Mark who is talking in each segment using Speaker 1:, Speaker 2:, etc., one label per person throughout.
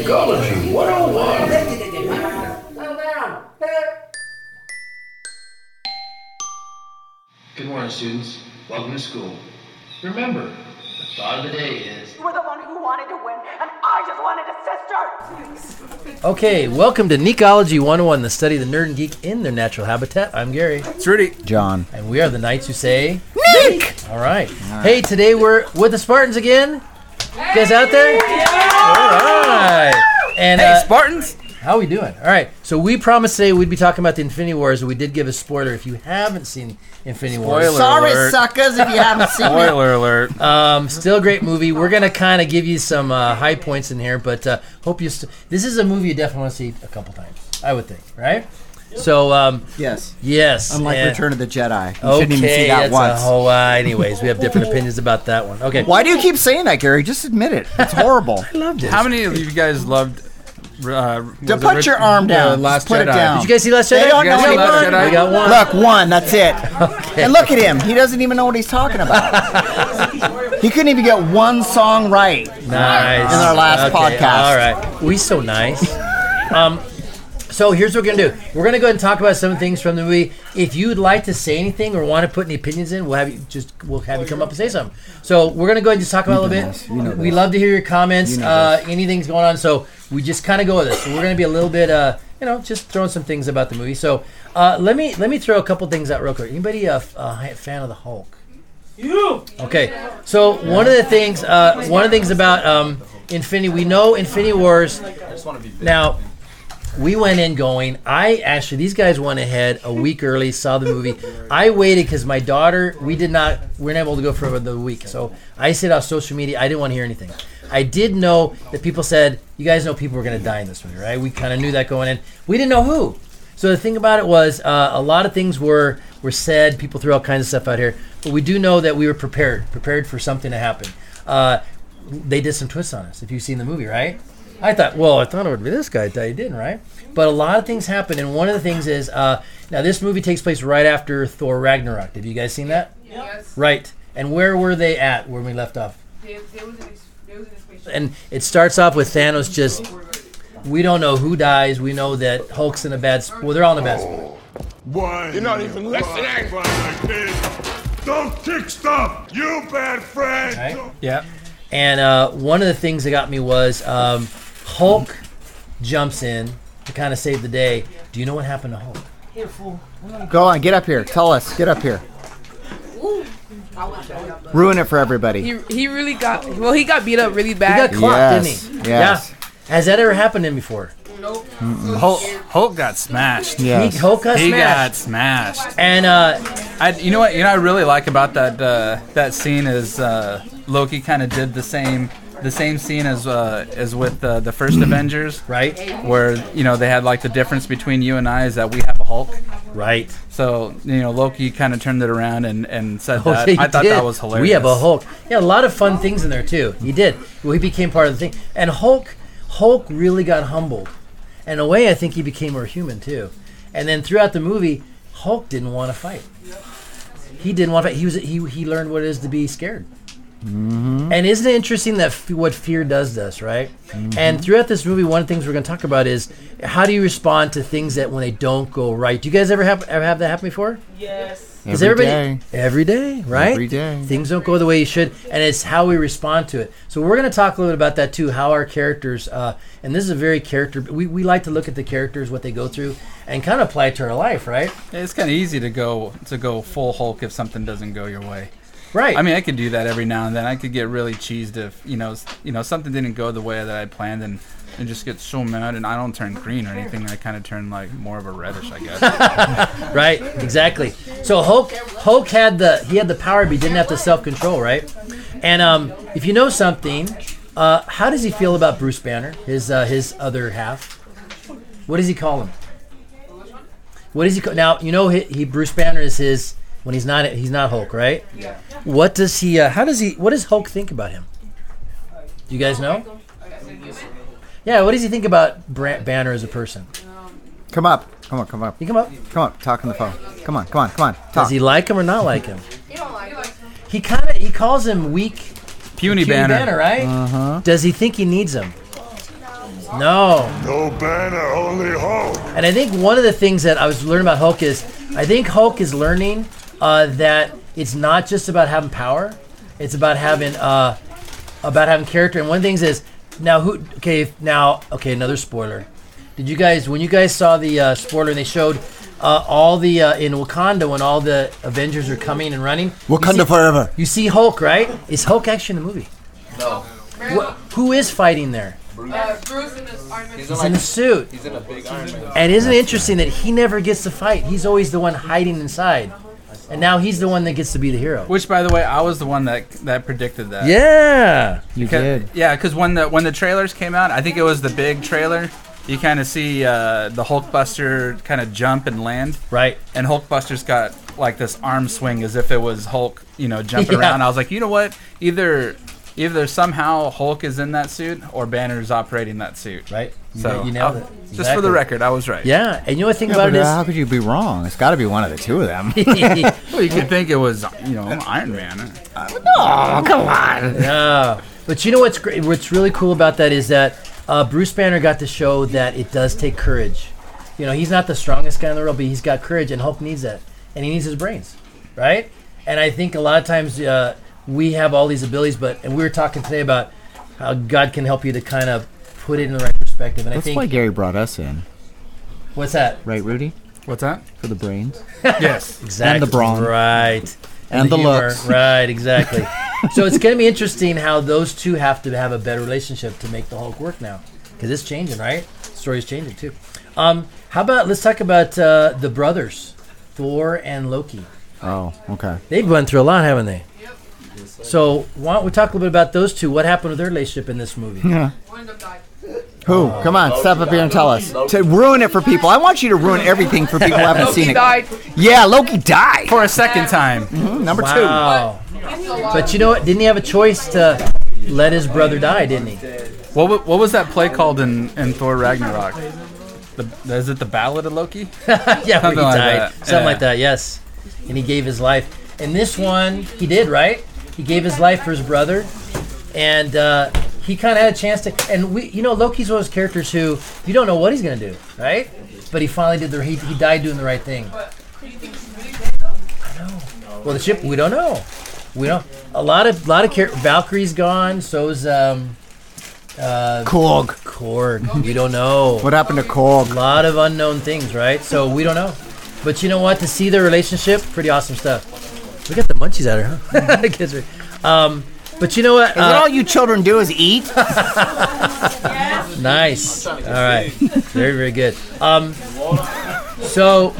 Speaker 1: Ecology 101.
Speaker 2: Good morning, students. Welcome to school. Remember, the thought of the day is
Speaker 3: You were the one who wanted to win, and I just wanted a sister.
Speaker 4: Okay, welcome to Necology 101, the study of the nerd and geek in their natural habitat. I'm Gary,
Speaker 5: John.
Speaker 4: and we are the Knights who say Nick! All right. Hey, today we're with the Spartans again. You guys out there? All right. And uh,
Speaker 5: Spartans!
Speaker 4: how we doing? All right. So we promised today we'd be talking about the Infinity Wars. We did give a spoiler. If you haven't seen Infinity Wars,
Speaker 5: Sorry,
Speaker 6: suckers, if you haven't seen
Speaker 5: Spoiler alert.
Speaker 4: Um, still a great movie. We're gonna kind of give you some uh, high points in here, but uh, hope you. St- this is a movie you definitely want to see a couple times. I would think, right? So um,
Speaker 6: Yes.
Speaker 4: yes,
Speaker 6: Unlike
Speaker 4: and-
Speaker 6: Return of the Jedi. You
Speaker 4: Okay,
Speaker 6: shouldn't even see that
Speaker 4: that's
Speaker 6: once.
Speaker 4: A whole, uh, anyways, we have different opinions about that one. Okay,
Speaker 6: Why do you keep saying that, Gary? Just admit it. It's horrible.
Speaker 4: I loved it.
Speaker 5: How many of you guys loved. Uh, was
Speaker 6: Just
Speaker 5: it
Speaker 6: put
Speaker 5: Rich-
Speaker 6: your arm down.
Speaker 5: uh, Last
Speaker 6: Just put it
Speaker 5: Jedi?
Speaker 6: down.
Speaker 4: Did you guys see Last Jedi?
Speaker 6: They don't
Speaker 5: You guys
Speaker 6: know
Speaker 5: see Last
Speaker 6: anything.
Speaker 5: Jedi?
Speaker 4: We got one.
Speaker 6: Look, one, that's it. And look at him. He doesn't even know what he's talking about. he couldn't even get one song right.
Speaker 4: Nice.
Speaker 6: In our last podcast.
Speaker 4: All right. We so nice. Um, so here's what we're gonna do. We're gonna go ahead and talk about some things from the movie. If you'd like to say anything or want to put any opinions in, we'll have you just we'll have you come up and say something. So we're gonna go ahead and just talk about it a little bit. we love to hear your comments. uh, anything's going on. So we just kind of go with this. We're gonna be a little bit uh, you know just throwing some things about the movie. So uh, let me let me throw a couple things out real quick. Anybody a, f- a hi- fan of the Hulk? Okay, so one of the things, uh, one of the things about um, Infinity, we know Infinity Wars. Now, we went in going. I actually, these guys went ahead a week early, saw the movie. I waited because my daughter, we did not, we weren't able to go for the week. So I stayed off social media. I didn't want to hear anything. I did know that people said, you guys know people were going to die in this movie, right? We kind of knew that going in. We didn't know who. So the thing about it was, uh, a lot of things were were said. People threw all kinds of stuff out here, but we do know that we were prepared, prepared for something to happen. Uh, they did some twists on us. If you've seen the movie, right? I thought, well, I thought it would be this guy. I thought he didn't, right? But a lot of things happen, and one of the things is uh, now this movie takes place right after Thor Ragnarok. Have you guys seen that?
Speaker 7: Yes.
Speaker 4: Right. And where were they at when we left off?
Speaker 7: There, there was an ex- there was an expansion.
Speaker 4: and it starts off with Thanos just. We don't know who dies. We know that Hulk's in a bad. Sp- well, they're all in a bad spot.
Speaker 8: Why? You're not even listening. Like this. Don't kick stuff, you bad friend.
Speaker 4: Right?
Speaker 5: Yeah.
Speaker 4: And uh, one of the things that got me was um, Hulk jumps in to kind of save the day. Do you know what happened to Hulk?
Speaker 6: Go on, get up here. Tell us. Get up here. Ruin it for everybody.
Speaker 7: He, he really got well. He got beat up really
Speaker 4: He got
Speaker 7: bad.
Speaker 4: clocked,
Speaker 6: Yes,
Speaker 4: didn't he?
Speaker 6: yes.
Speaker 4: Yeah. Has that ever happened to him before?
Speaker 5: Hulk, Hulk got smashed.
Speaker 6: Yes.
Speaker 4: He, Hulk got
Speaker 5: He got
Speaker 4: smashed.
Speaker 5: smashed.
Speaker 4: And uh,
Speaker 5: I, you know what? You know what I really like about that uh, that scene is uh, Loki kind of did the same the same scene as uh, as with uh, the first Avengers,
Speaker 4: Mm-hmm. right,
Speaker 5: where you know they had like the difference between you and I is that we have a Hulk.
Speaker 4: right.
Speaker 5: So you know Loki kind of turned it around and and said
Speaker 4: Oh,
Speaker 5: that.
Speaker 4: yeah,
Speaker 5: I
Speaker 4: he
Speaker 5: thought
Speaker 4: did.
Speaker 5: that was hilarious.
Speaker 4: We have a Hulk. Yeah, a lot of fun things in there too. He did. Well, he became part of the thing. And Hulk, Hulk really got humbled. In a way, I think he became more human too. And then throughout the movie, Hulk didn't want to fight. He didn't want to fight. He was he he learned what it is to be scared.
Speaker 5: Mm-hmm.
Speaker 4: And isn't it interesting that f- what fear does to us, right?
Speaker 5: Mm-hmm.
Speaker 4: And throughout this movie, one of the things we're going to talk about is how do you respond to things that when they don't go right. Do you guys ever have ever have that happen before? Because
Speaker 6: Every
Speaker 4: everybody every day, right?
Speaker 6: Every day.
Speaker 4: Things don't go the way you should, and it's how we respond to it. So we're going to talk a little bit about that too. How our characters, uh, and this is a very character. We, we like to look at the characters, what they go through, and kind of apply it to our life, right?
Speaker 5: It's kind of easy to go to go full Hulk if something doesn't go your way.
Speaker 4: Right.
Speaker 5: I mean, I could do that every now and then. I could get really cheesed if you know, s- you know, something didn't go the way that I planned, and and just get so mad. And I don't turn green or anything. I kind of turn like more of a reddish, I guess.
Speaker 4: right. Exactly. So Hulk Hulk had the he had the power, but he didn't have the self control, right? And um, if you know something, uh, how does he feel about Bruce Banner, his uh, his other half? What does he call him? What does he call now? You know, he, he Bruce Banner is his when he's not he's not Hulk, right? Yeah. What does he? Uh, how does he? What does Hulk think about him? Do you guys know? Yeah. What does he think about Bra- Banner as a person?
Speaker 6: Come up. Come on, come up.
Speaker 4: You come up.
Speaker 6: Come on, talk on the phone. Come on, come on, come on.
Speaker 4: Does
Speaker 6: Talk.
Speaker 4: he like him or not like him? He kind of he calls him weak puny
Speaker 5: Puny
Speaker 4: banner,
Speaker 5: banner.
Speaker 4: right? Does he think he needs him? No.
Speaker 8: No banner, only hope.
Speaker 4: And I think one of the things that I was learning about Hulk is I think Hulk is learning uh, that it's not just about having power; it's about having uh, about having character. And one of the things is now who? Okay, if- now okay, another spoiler. Did you guys when you guys saw the uh, spoiler and they showed uh, all the uh, in Wakanda when all the Avengers are coming and running? you
Speaker 9: Wakanda
Speaker 4: see,
Speaker 9: forever.
Speaker 4: you see Hulk, right? Is Hulk actually in the movie? Wh- who is fighting there?
Speaker 7: Uh, Bruce and his Iron Man.
Speaker 10: He's
Speaker 7: suit.
Speaker 4: He's
Speaker 10: in
Speaker 4: in
Speaker 10: like
Speaker 4: the suit.
Speaker 10: he's in a big Iron Man.
Speaker 4: And isn't it interesting that he never gets to fight? He's always the one hiding inside. And now he's the one that gets to be the hero.
Speaker 5: Which, by the way, I was the one that that predicted that.
Speaker 4: Yeah.
Speaker 6: You
Speaker 5: Ca-
Speaker 6: did.
Speaker 5: Yeah, because when the when the trailers came out, I think it was the big trailer. You kind of see uh, the Hulkbuster kind of jump and land,
Speaker 4: Right.
Speaker 5: and Hulkbuster's got like this arm swing as if it was Hulk, you know, jumping
Speaker 4: Yeah.
Speaker 5: around. I was like, you know what? Either either somehow Hulk is in that suit or Banner's operating that suit.
Speaker 4: Right. You,
Speaker 5: So
Speaker 4: you nailed
Speaker 5: uh,
Speaker 4: it.
Speaker 5: Just for
Speaker 4: Exactly.
Speaker 5: the record, I was right.
Speaker 4: Yeah. And you know what I think
Speaker 9: Yeah,
Speaker 4: about
Speaker 9: but,
Speaker 4: it
Speaker 9: uh,
Speaker 4: is?
Speaker 9: how could you be wrong? It's got to be one of the two of them.
Speaker 5: Well, you could think it was you know Iron Man.
Speaker 4: Yeah. But you know what's great? What's really cool about that is that uh, Bruce Banner got to show that it does take courage. You know, he's not the strongest guy in the world, but he's got courage, and Hulk needs that, and he needs his brains, right? And I think a lot of times uh, we have all these abilities, but and we were talking today about how God can help you to kind of put it in the right perspective. And I
Speaker 9: That's
Speaker 4: think
Speaker 9: why Gary brought us in,
Speaker 4: what's that
Speaker 9: right, Rudy?
Speaker 5: What's that?
Speaker 9: For the brains
Speaker 5: yes.
Speaker 4: exactly
Speaker 9: brawn.
Speaker 4: right?
Speaker 9: and, the,
Speaker 4: humor.
Speaker 9: looks.
Speaker 4: Right, exactly. so it's going to be interesting how those two have to have a better relationship to make the Hulk work now, because it's changing, right? Story's changing too. Um, how about let's talk about uh, the brothers, Thor and Loki.
Speaker 9: Oh, okay.
Speaker 4: They've gone through a lot, haven't they? So why don't we talk a little bit about those two? What happened with their relationship in this movie?
Speaker 7: One of them died.
Speaker 9: Who? Oh. Come on, step up here and tell us. To ruin it for people. I want you to ruin everything for people who haven't
Speaker 7: Loki
Speaker 9: seen it.
Speaker 7: died.
Speaker 9: Yeah, Loki died.
Speaker 5: For a second time.
Speaker 9: Number two.
Speaker 4: Wow!
Speaker 7: He's still alive.
Speaker 4: But you know what? Didn't he have a choice to let his brother die? Didn't he?
Speaker 5: What, wa- what was that play called in, in Thor Ragnarok? The, is it the Ballad of Loki?
Speaker 4: yeah, where he
Speaker 5: Something like
Speaker 4: died.
Speaker 5: that.
Speaker 4: Something
Speaker 5: Yeah.
Speaker 4: like that, yes. And he gave his life. And this one, he did, right? He gave his life for his brother. And uh, he kind of had a chance to. And we, you know, Loki's one of those characters who you don't know what he's going to do, right? But he finally did the. He, he died doing the right thing.
Speaker 7: Do you think he's really dead though?
Speaker 4: Well, the ship, we don't know. We don't. A lot of lot of char- Valkyrie's gone. So's um,
Speaker 9: Korg.
Speaker 4: Korg. We don't know.
Speaker 9: What happened to
Speaker 4: A
Speaker 9: Korg?
Speaker 4: lot of unknown things, right? So we don't know. But you know what? To see their relationship, pretty awesome stuff. We got the munchies out here, huh? Kids are- um, but you know what?
Speaker 6: Is it
Speaker 4: Uh,
Speaker 6: all you children do is eat?
Speaker 4: nice. All right. Very, very good. Um, so,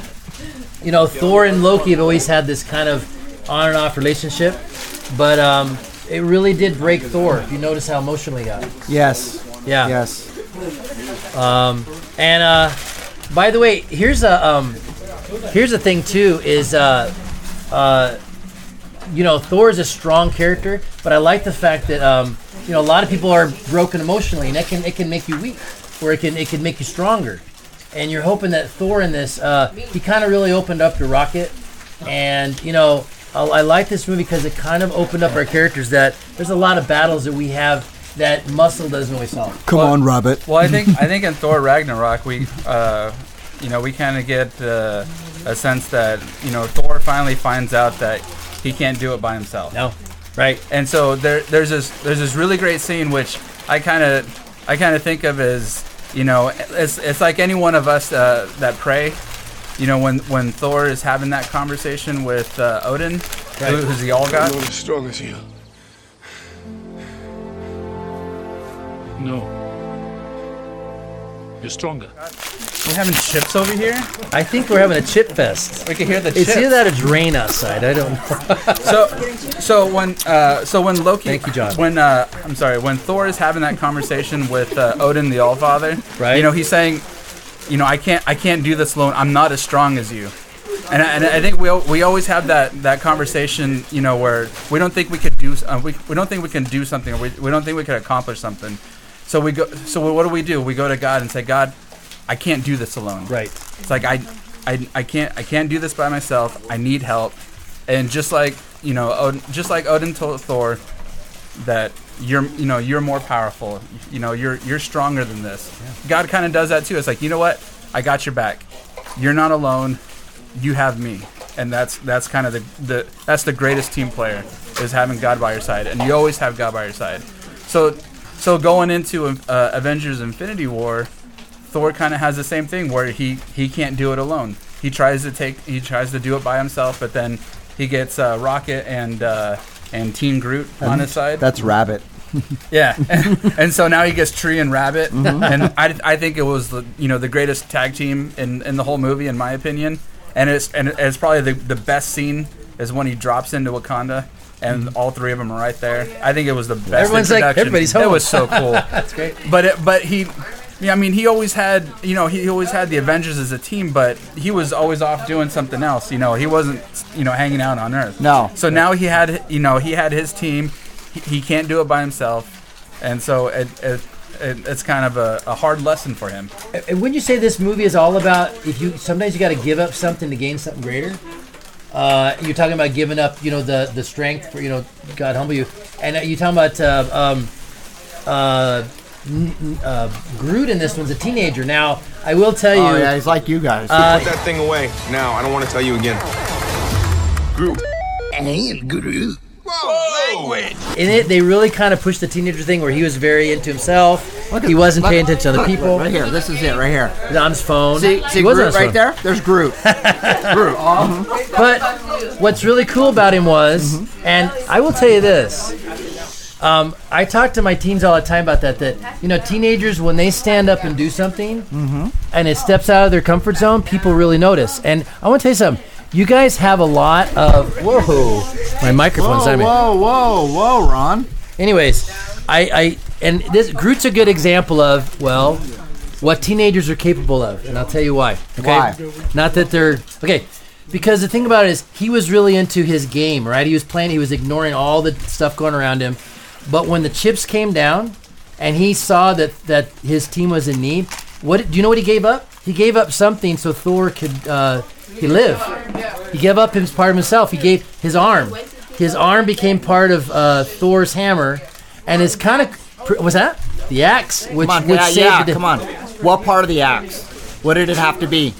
Speaker 4: you know, Thor and Loki have always had this kind of on and off relationship, but um, it really did break Thor. If you notice how emotional he got.
Speaker 9: Yes.
Speaker 4: Yeah.
Speaker 9: Yes.
Speaker 4: And uh, by the way, here's a um, here's a thing too is uh, uh, you know Thor is a strong character, but I like the fact that um, you know a lot of people are broken emotionally, and it can it can make you weak, or it can it can make you stronger. And you're hoping that Thor in this uh, he kind of really opened up to Rocket, and you know I, I like this movie because it kind of opened up our characters. That there's a lot of battles that we have that muscle doesn't always solve.
Speaker 9: Come on, Robert.
Speaker 5: Well, I think I think in Thor Ragnarok we, uh, you know, we kind of get uh, a sense that you know Thor finally finds out that he can't do it by himself.
Speaker 4: No, right?
Speaker 5: And so there, there's this there's this really great scene which I kind of I kind of think of as you know it's, it's like any one of us uh, that pray. You know when when Thor is having that conversation with uh, Odin, who, who's the all god.
Speaker 8: You're as strong as you.
Speaker 2: No. You're stronger.
Speaker 5: We're having chips over here.
Speaker 4: I think we're having a chip fest.
Speaker 5: We can hear the
Speaker 4: It's
Speaker 5: chips.
Speaker 4: either that or drain outside. I don't know.
Speaker 5: So, so when, uh, so when Loki,
Speaker 4: Thank you, John.
Speaker 5: When uh, I'm sorry, when Thor is having that conversation with uh, Odin the Allfather,
Speaker 4: Right.
Speaker 5: You know, he's saying, you know, I can't, I can't do this alone. I'm not as strong as you. And I, and I think we, al- we always have that, that conversation, you know, where we don't think we could do, uh, we, we don't think we can do something, or we, we don't think we could accomplish something. So we go, so what do we do? We go to God and say, God, I can't do this alone.
Speaker 4: Right.
Speaker 5: It's like I, I, I can't I can't do this by myself. I need help. And just like you know, Odin, just like Odin told Thor, that you're you know you're more powerful. You know you're you're stronger than this. God kind of does that too. It's like you know what? I got your back. You're not alone. You have me. And that's that's kind of the, the that's the greatest team player is having God by your side, and you always have God by your side. So so going into uh, Avengers: Infinity War, Thor kind of has the same thing where he he can't do it alone. He tries to take he tries to do it by himself, but then he gets uh, Rocket and uh, and Team Groot on his side.
Speaker 9: That's rabbit.
Speaker 5: Yeah, and so now he gets Tree and Rabbit,
Speaker 4: Mm-hmm.
Speaker 5: and I, I think it was the you know the greatest tag team in, in the whole movie in my opinion, and it's and it's probably the, the best scene is when he drops into Wakanda. And all three of them are right there. I think it was the best.
Speaker 4: Mm-hmm. Everyone's like,
Speaker 5: introduction.
Speaker 4: "Everybody's
Speaker 5: It
Speaker 4: home."
Speaker 5: was so cool.
Speaker 4: That's great.
Speaker 5: But it, but he, yeah, I mean, he always had, you know, he always had the Avengers as a team, but he was always off doing something else. You know, he wasn't, you know, hanging out on Earth.
Speaker 9: No.
Speaker 5: So now he had, you know, he had his team. He, he can't do it by himself, and so it, it, it it's kind of a, a hard lesson for him.
Speaker 4: And wouldn't you say this movie is all about if you sometimes you got to give up something to gain something greater? Uh, you're talking about giving up, you know, the the strength for you know God humble you, and uh, you're talking about uh, um, uh, n- n- uh, Groot in this one's a teenager. Now I will tell you,
Speaker 9: Oh yeah, he's like you guys.
Speaker 4: Uh,
Speaker 8: Put that thing away now. I don't want to tell you again. Groot. Whoa, language.
Speaker 4: in it they really kind of pushed the teenager thing where he was very into himself. he wasn't
Speaker 9: look-
Speaker 4: paying attention to
Speaker 9: look,
Speaker 4: other people.
Speaker 9: Right here, this is it, right here.
Speaker 4: He was on his phone.
Speaker 9: See,
Speaker 4: He
Speaker 9: see
Speaker 4: was on
Speaker 9: Groot
Speaker 4: his
Speaker 9: right
Speaker 4: phone.
Speaker 9: there? There's Groot. Groot. Oh,
Speaker 4: But what's really cool about him was, and I will tell you this. Um, I talk to my teens all the time about that. That you know, teenagers when they stand up and do something, and it steps out of their comfort zone, people really notice. And I want to tell you something. You guys have a lot of whoa. My microphone's
Speaker 9: Whoa,
Speaker 4: on me.
Speaker 9: whoa, whoa, whoa, Ron.
Speaker 4: Anyways, I, I and this Groot's a good example of well, what teenagers are capable of, and I'll tell you why. Okay,
Speaker 9: Why?
Speaker 4: not that they're okay, because the thing about it is he was really into his game, right? He was playing, he was ignoring all the stuff going around him, but when the chips came down, and he saw that that his team was in need, what do you know? What he gave up? He gave up something so Thor could uh, he live. He gave up his part of himself. He gave his arm. His arm became part of uh, Thor's hammer, and it's kind of was that the axe, which
Speaker 9: Come on,
Speaker 4: which
Speaker 9: yeah,
Speaker 4: saved
Speaker 9: yeah,
Speaker 4: the-
Speaker 9: come on. What part of the axe? What did it have to be?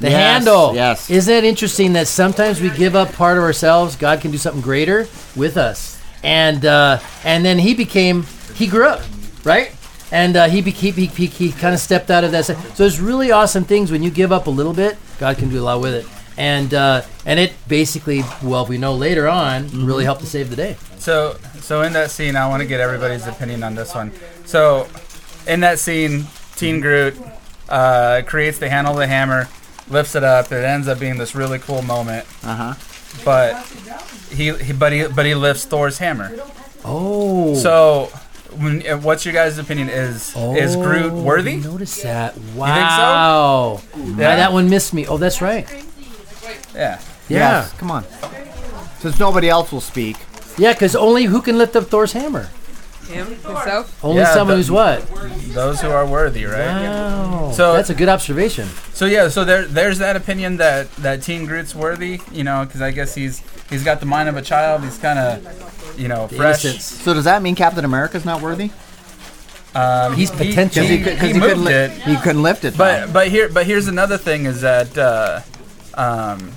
Speaker 4: the
Speaker 9: Yes,
Speaker 4: handle.
Speaker 9: yes.
Speaker 4: isn't it interesting that sometimes we give up part of ourselves? God can do something greater with us, and uh, and then he became he grew up, right? And uh, he, became, he he he kind of stepped out of that. So it's really awesome things when you give up a little bit, God can do a lot with it. And uh, and it basically, well, we know later on, really helped to save the day.
Speaker 5: So, so in that scene, I want to get everybody's opinion on this one. So, in that scene, Teen Groot uh, creates the handle of the hammer, lifts it up. It ends up being this really cool moment. Uh
Speaker 4: Uh-huh.
Speaker 5: huh. But he, he, but he, but he lifts Thor's hammer.
Speaker 4: Oh,
Speaker 5: So, when, uh, what's your guys' opinion? Is is Groot worthy?
Speaker 4: Notice oh, that. Wow.
Speaker 5: Yeah.
Speaker 4: Yeah, that one missed me. Oh, that's right.
Speaker 5: Yeah.
Speaker 4: Yeah.
Speaker 9: Yes, come on. Since nobody else will speak.
Speaker 4: Yeah, because only who can lift up Thor's hammer?
Speaker 7: Him, himself.
Speaker 4: Only
Speaker 5: Yeah,
Speaker 4: someone
Speaker 5: the-
Speaker 4: who's what?
Speaker 5: Those who are worthy, right?
Speaker 4: Wow.
Speaker 5: So-
Speaker 4: So that's a good observation.
Speaker 5: So yeah, so there there's that opinion that that Teen Groot's worthy, you know, because I guess he's he's got the mind of a child. He's kind of, you know, fresh.
Speaker 4: Innocence.
Speaker 9: So does that mean Captain America's not worthy?
Speaker 5: Um,
Speaker 4: He's
Speaker 5: he-
Speaker 4: potential.
Speaker 5: He,
Speaker 4: He
Speaker 5: he,
Speaker 9: could- he
Speaker 5: moved
Speaker 9: couldn't li-
Speaker 5: it,
Speaker 9: He couldn't lift it.
Speaker 4: Um,
Speaker 5: but but here but here's another thing is that uh, um,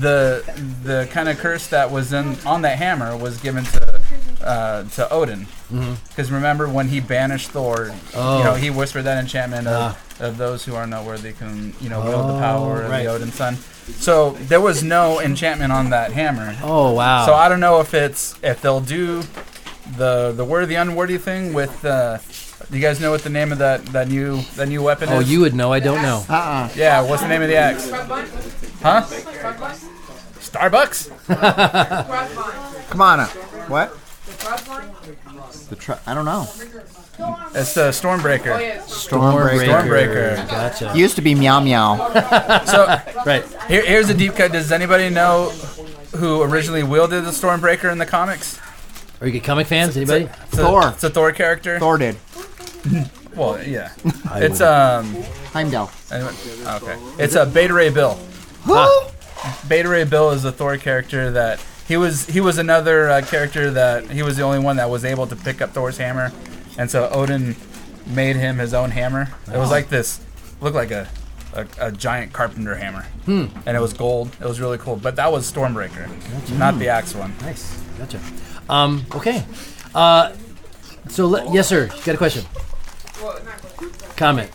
Speaker 5: the the kind of curse that was in on that hammer was given to uh, to Odin
Speaker 4: Mm-hmm.
Speaker 5: because remember when he banished Thor, you
Speaker 4: Oh.
Speaker 5: know he whispered that enchantment of, of those who are not worthy can you know wield the power
Speaker 4: Ah.
Speaker 5: of
Speaker 4: Oh, right.
Speaker 5: the Odin son. So there was no enchantment on that hammer.
Speaker 4: Oh wow.
Speaker 5: So I don't know if it's if they'll do the the worthy unworthy thing with. Uh, do you guys know what the name of that that new that new weapon
Speaker 4: oh,
Speaker 5: is?
Speaker 4: you would know. I don't know.
Speaker 9: Uh-uh.
Speaker 5: Yeah, what's the name of the axe? Huh? Starbucks?
Speaker 9: Come on up. What? The tr- I don't know.
Speaker 5: It's the Stormbreaker.
Speaker 9: Stormbreaker.
Speaker 5: Stormbreaker.
Speaker 4: Gotcha.
Speaker 9: Used to be meow meow.
Speaker 5: So
Speaker 4: Right.
Speaker 5: here, here's a deep cut. Does anybody know who originally wielded the Stormbreaker in the comics?
Speaker 4: Are you good comic fans? Anybody?
Speaker 5: It's a-
Speaker 9: Thor.
Speaker 5: It's a Thor character.
Speaker 9: Thor did.
Speaker 5: Well, yeah. It's um.
Speaker 9: Heimdall.
Speaker 5: anyone- Okay. It's a Beta Ray Bill.
Speaker 9: Who?
Speaker 5: Beta Ray Bill is a Thor character that He was he was another uh, character that he was the only one that was able to pick up Thor's hammer, and so Odin made him his own hammer. It was like this, looked like a a, a giant carpenter hammer, and it was gold. It was really cool, but that was Stormbreaker, not the axe one.
Speaker 4: Nice. Gotcha. Um, okay. Uh, so, le- yes, sir. You got a question?
Speaker 7: Well, not going.
Speaker 4: Comment.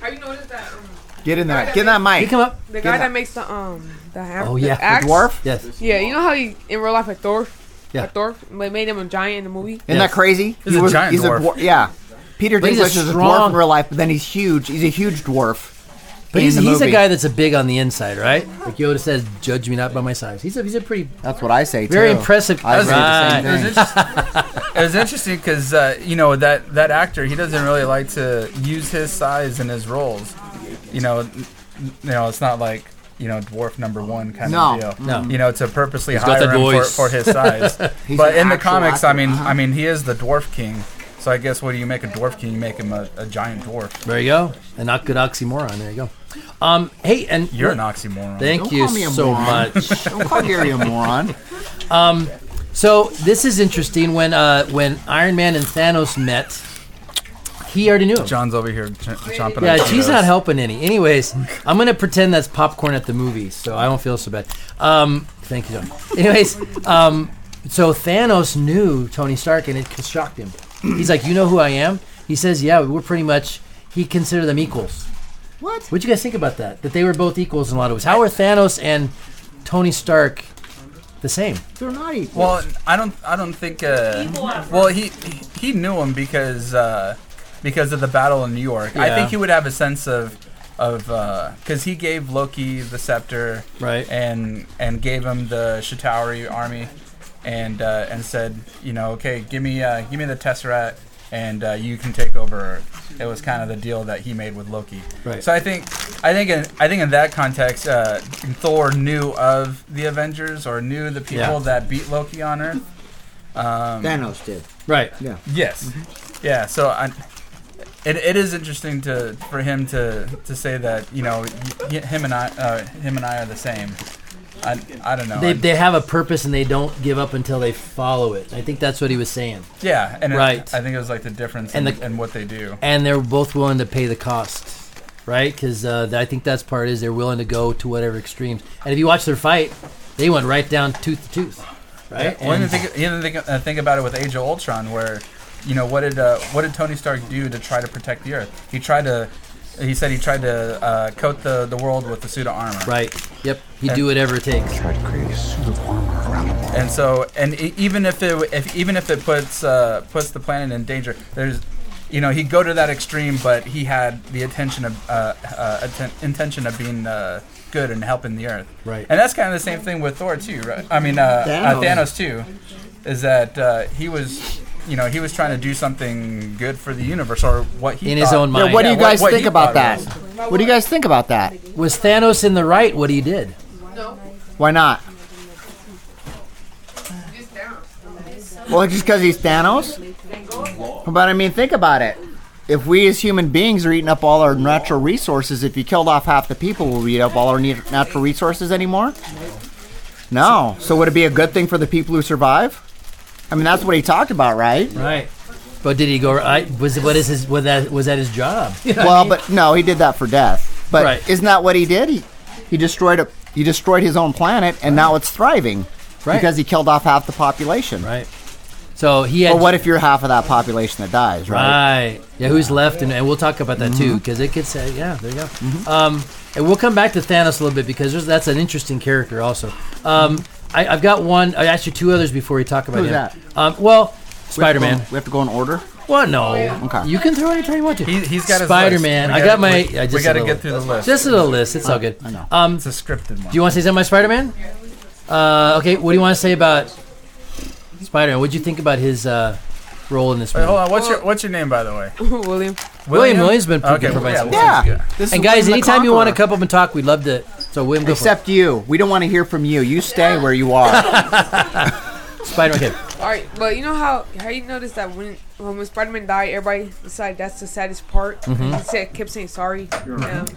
Speaker 7: Have you noticed that um,
Speaker 9: Get in that. Get in that
Speaker 4: You
Speaker 9: mic.
Speaker 4: come up.
Speaker 7: the guy that makes the um the hammer?
Speaker 4: Oh, yeah.
Speaker 7: the axe,
Speaker 9: Dwarf.
Speaker 4: Yes.
Speaker 7: Yeah, you know how he in real life a Thor,
Speaker 4: Yeah.
Speaker 7: a Thor, they made him a giant in the movie.
Speaker 4: Yes.
Speaker 9: Isn't that crazy?
Speaker 5: He's a giant dwarf.
Speaker 9: dwar- yeah. Peter
Speaker 4: But he's a
Speaker 9: Dinklage is a dwarf
Speaker 4: strong-
Speaker 9: in real life, but then he's huge. He's a huge dwarf.
Speaker 4: But
Speaker 9: in
Speaker 4: he's,
Speaker 9: the
Speaker 4: he's a
Speaker 9: movie.
Speaker 4: guy that's a big on the inside, right? Like Yoda says, "Judge me not by my size." He's a he's a pretty
Speaker 9: That's what I say.
Speaker 4: very
Speaker 9: too.
Speaker 4: impressive.
Speaker 9: I was
Speaker 5: It was-
Speaker 9: Right.
Speaker 5: It was, interest- it was interesting because uh, you know that that actor he doesn't really like to use his size in his roles. You know, n- n- you know it's not like you know dwarf number one kind
Speaker 9: No,
Speaker 5: of deal.
Speaker 4: no.
Speaker 5: you know to purposely
Speaker 4: got
Speaker 5: hire
Speaker 4: the
Speaker 5: him for,
Speaker 4: voice.
Speaker 5: for his size.
Speaker 9: He's
Speaker 5: but
Speaker 9: an
Speaker 5: in the
Speaker 9: actual
Speaker 5: comics, I
Speaker 9: actor,
Speaker 5: mean,
Speaker 9: uh-huh.
Speaker 5: I mean, he is the dwarf king. So I guess what do you make a dwarf king? You make him a, a giant dwarf.
Speaker 4: There you go. And not good oxymoron. There you go. Um, hey, and
Speaker 5: You're an oxymoron.
Speaker 4: Thank
Speaker 9: Don't
Speaker 4: you
Speaker 9: call me a
Speaker 4: so
Speaker 9: moron.
Speaker 4: much.
Speaker 9: Don't call Gary a moron.
Speaker 4: So this is interesting. When uh, when Iron Man and Thanos met, he already knew him.
Speaker 5: John's over here ch- chomping.
Speaker 4: Yeah,
Speaker 5: on
Speaker 4: she's
Speaker 5: tomatoes.
Speaker 4: not helping any. Anyways, I'm gonna pretend that's popcorn at the movies, so I don't feel so bad. Um, thank you, John. Anyways, um, so Thanos knew Tony Stark, and it shocked him. He's like, "You know who I am?" He says, "Yeah, we're pretty much." He considered them equals.
Speaker 9: What?
Speaker 4: What'd you guys think about that? That they were both equals in a lot of ways. How are Thanos and Tony Stark the same?
Speaker 9: They're not equal.
Speaker 5: Well, I don't. I don't think. Uh, well, he he knew him because uh, because of the battle in New York. I
Speaker 4: Yeah.
Speaker 5: think he would have a sense of of because he gave Loki the scepter,
Speaker 4: Right.
Speaker 5: and and gave him the Chitauri army, and uh, and said, you know, okay, give me uh, give me the Tesseract, and uh, you can take over. Earth." It was kind of the deal that he made with Loki.
Speaker 4: Right.
Speaker 5: So I think I think in, I think in that context, uh, Thor knew of the Avengers or knew the people
Speaker 4: Yeah.
Speaker 5: that beat Loki on Earth.
Speaker 9: Thanos did.
Speaker 4: Right.
Speaker 5: Yes. Yeah. So I, it, it is interesting to for him to, to say that you know y- him and I uh, him and I are the same. I, I don't know.
Speaker 4: They,
Speaker 5: I-
Speaker 4: they have a purpose and they don't give up until they follow it. I think that's what he was saying.
Speaker 5: yeah. And it-
Speaker 4: Right.
Speaker 5: I think it was like the difference
Speaker 4: And
Speaker 5: in,
Speaker 4: the-
Speaker 5: in what they do.
Speaker 4: And they're both willing to pay the cost, right? Because uh, I think that's part is they're willing to go to whatever extremes. And if you watch their fight, they went right down tooth to tooth, right?
Speaker 5: Well,
Speaker 4: And-
Speaker 5: even think, even think, uh, think about it with Age of Ultron, where you know what did uh, what did Tony Stark do to try to protect the Earth? He tried to. He said he tried to uh, coat the, the world with the suit of armor.
Speaker 4: right. Yep. You do whatever it takes.
Speaker 5: And so, and e- even if it if even if it puts uh, puts the planet in danger, there's, you know, he'd go to that extreme, but he had the intention of uh, uh, atten- intention of being uh, good and helping the Earth.
Speaker 4: Right.
Speaker 5: And that's kind of the same thing with Thor too, right? I mean, uh, Thanos. Uh, Thanos too, is that uh, he was, you know, he was trying to do something good for the universe or what he
Speaker 4: In his
Speaker 5: thought-
Speaker 4: own mind.
Speaker 9: What do you
Speaker 5: Yeah, what-
Speaker 9: guys
Speaker 5: what
Speaker 9: think
Speaker 5: he
Speaker 9: about
Speaker 5: thought
Speaker 9: that?
Speaker 5: it
Speaker 9: What do you guys think about that?
Speaker 4: Was Thanos in the right? What he did?
Speaker 9: Why not? Well, just because he's Thanos? But I mean, think about it. If we as human beings are eating up all our natural resources, if you killed off half the people, will we eat up all our ne- natural resources anymore? No. So would it be a good thing for the people who survive? I mean, that's what he talked about, right?
Speaker 4: Right. But did he go? I was. What is his? Was that? Was that his job?
Speaker 9: Well, but no, he did that for death. But
Speaker 4: Right.
Speaker 9: isn't that what he did? He he destroyed a he destroyed his own planet, and now it's thriving
Speaker 4: Right.
Speaker 9: because he killed off half the population.
Speaker 4: Right. So he had.
Speaker 9: But what if you're half of that population that dies, right?
Speaker 4: Right. Yeah, who's left, and, and we'll talk about that too, because it could say, yeah, there you go. Um, and we'll come back to Thanos a little bit because there's, that's an interesting character also. Um, I, I've got one. I asked you two others before we talk about
Speaker 9: Who's
Speaker 4: him.
Speaker 9: that?
Speaker 4: Um, well,
Speaker 9: We have to
Speaker 4: Spider
Speaker 9: go in-
Speaker 4: Man.
Speaker 9: We have to go in order.
Speaker 4: Well, no.
Speaker 9: Okay.
Speaker 4: You can throw anytime you want to.
Speaker 5: He, he's got his
Speaker 4: Spider Man.
Speaker 5: list.
Speaker 4: I
Speaker 5: We
Speaker 4: got
Speaker 5: gotta-
Speaker 4: my.
Speaker 5: We,
Speaker 4: I just
Speaker 5: we
Speaker 4: a
Speaker 5: got to
Speaker 4: little-
Speaker 5: get through the list.
Speaker 4: Just a little list. It's all good. I
Speaker 9: know.
Speaker 4: Um,
Speaker 5: it's a scripted one.
Speaker 4: do you want to say something about Spider Man? Uh, okay. What do you want to say about Spider Man? What do you think about his uh, role in this
Speaker 5: Wait,
Speaker 4: movie?
Speaker 5: hold on. What's your what's your name, by the way?
Speaker 7: William,
Speaker 4: William- William's been
Speaker 5: okay.
Speaker 4: providing
Speaker 5: yeah,
Speaker 4: some-
Speaker 5: William's
Speaker 9: Yeah.
Speaker 5: good.
Speaker 9: This
Speaker 4: and
Speaker 9: is
Speaker 4: guys,
Speaker 9: William the
Speaker 4: anytime you want to
Speaker 9: Conqueror.
Speaker 4: come up and talk, we'd love to. So William, go for it.
Speaker 9: Except you. We don't want to hear from you. You stay where you are.
Speaker 4: Spider-Man. Okay.
Speaker 7: All right, but you know how how you noticed that when when Spider Man died, everybody decided that's the saddest part. He said, kept saying sorry. Um,